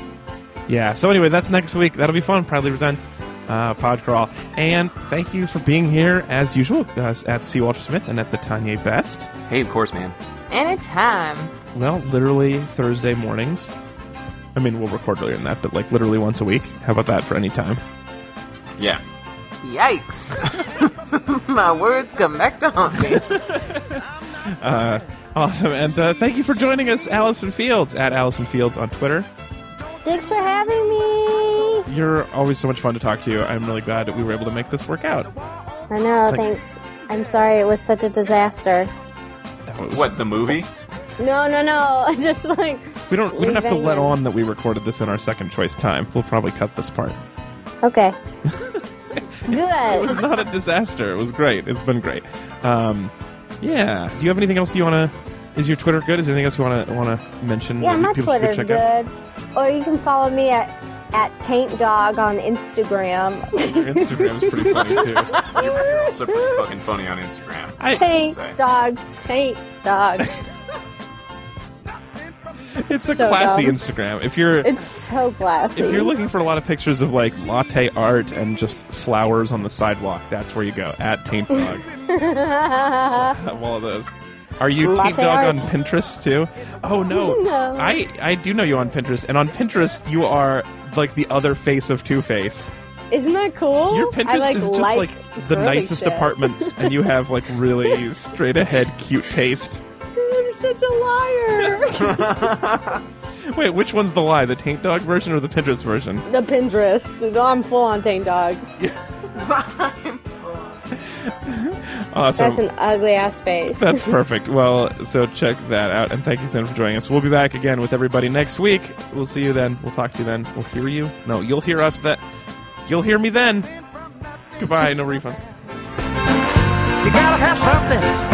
[SPEAKER 2] yeah. So anyway, that's next week. That'll be fun. Proudly resents uh, Podcrawl, and thank you for being here as usual uh, at C. Walter Smith and at the Tanya Best.
[SPEAKER 3] Hey, of course, man.
[SPEAKER 4] Anytime.
[SPEAKER 2] Well, literally Thursday mornings. I mean, we'll record earlier than that, but like literally once a week. How about that for any time?
[SPEAKER 3] Yeah.
[SPEAKER 4] Yikes. My words come back to haunt me.
[SPEAKER 2] Awesome. And uh, thank you for joining us, Allison Fields, at Allison Fields on Twitter.
[SPEAKER 5] Thanks for having me.
[SPEAKER 2] You're always so much fun to talk to. I'm really glad that we were able to make this work out.
[SPEAKER 5] I know.
[SPEAKER 2] Thank-
[SPEAKER 5] Thanks. I'm sorry it was such a disaster.
[SPEAKER 2] No, it was-
[SPEAKER 3] What the movie?
[SPEAKER 5] No, no, no. Just like
[SPEAKER 2] We don't, we don't have to
[SPEAKER 5] leaving
[SPEAKER 2] let
[SPEAKER 5] and-
[SPEAKER 2] on that we recorded this in our second choice time. We'll probably cut this part.
[SPEAKER 5] okay.
[SPEAKER 2] It was
[SPEAKER 5] Good.
[SPEAKER 2] not a disaster. It was great. It's been great. Um, yeah. Do you have anything else you want to? Is your Twitter good? Is there anything else you want to want to mention?
[SPEAKER 5] Yeah,
[SPEAKER 2] that
[SPEAKER 5] my
[SPEAKER 2] people should go
[SPEAKER 5] Twitter's
[SPEAKER 2] check out?
[SPEAKER 5] good. Or you can follow me at at Taint Dog on Instagram.
[SPEAKER 2] Your Instagram's pretty funny too.
[SPEAKER 3] You're also pretty fucking funny on Instagram.
[SPEAKER 2] I,
[SPEAKER 5] taint Dog. Taint Dog.
[SPEAKER 2] it's a
[SPEAKER 5] so
[SPEAKER 2] classy
[SPEAKER 5] dumb.
[SPEAKER 2] Instagram. If you're
[SPEAKER 5] It's so classy.
[SPEAKER 2] if you're looking for a lot of pictures of like latte art and just flowers on the sidewalk, that's where you go at Taint Dog. have all of those. Are you
[SPEAKER 5] Latte
[SPEAKER 2] Taint Dog
[SPEAKER 5] art.
[SPEAKER 2] on Pinterest too? Oh no.
[SPEAKER 5] No.
[SPEAKER 2] I I do know you on Pinterest, and on Pinterest you are like the other face of Two Face.
[SPEAKER 5] Isn't that cool?
[SPEAKER 2] Your
[SPEAKER 5] I
[SPEAKER 2] Pinterest
[SPEAKER 5] like
[SPEAKER 2] is just
[SPEAKER 5] like
[SPEAKER 2] like the
[SPEAKER 5] girly
[SPEAKER 2] nicest
[SPEAKER 5] shit.
[SPEAKER 2] apartments, and you have like really straight ahead cute taste.
[SPEAKER 5] I'm such a liar.
[SPEAKER 2] Wait, which one's the lie? The Taint Dog version or the Pinterest version?
[SPEAKER 5] the Pinterest. I'm full on Taint Dog.
[SPEAKER 2] Awesome.
[SPEAKER 5] That's an ugly ass face.
[SPEAKER 2] That's perfect. Well, so check that out. And thank you, Sam, for joining us. We'll be back again with everybody next week. We'll see you then. We'll talk to you then. We'll hear you. No, you'll hear us that. You'll hear me then. Goodbye. No refunds.
[SPEAKER 7] You gotta have something.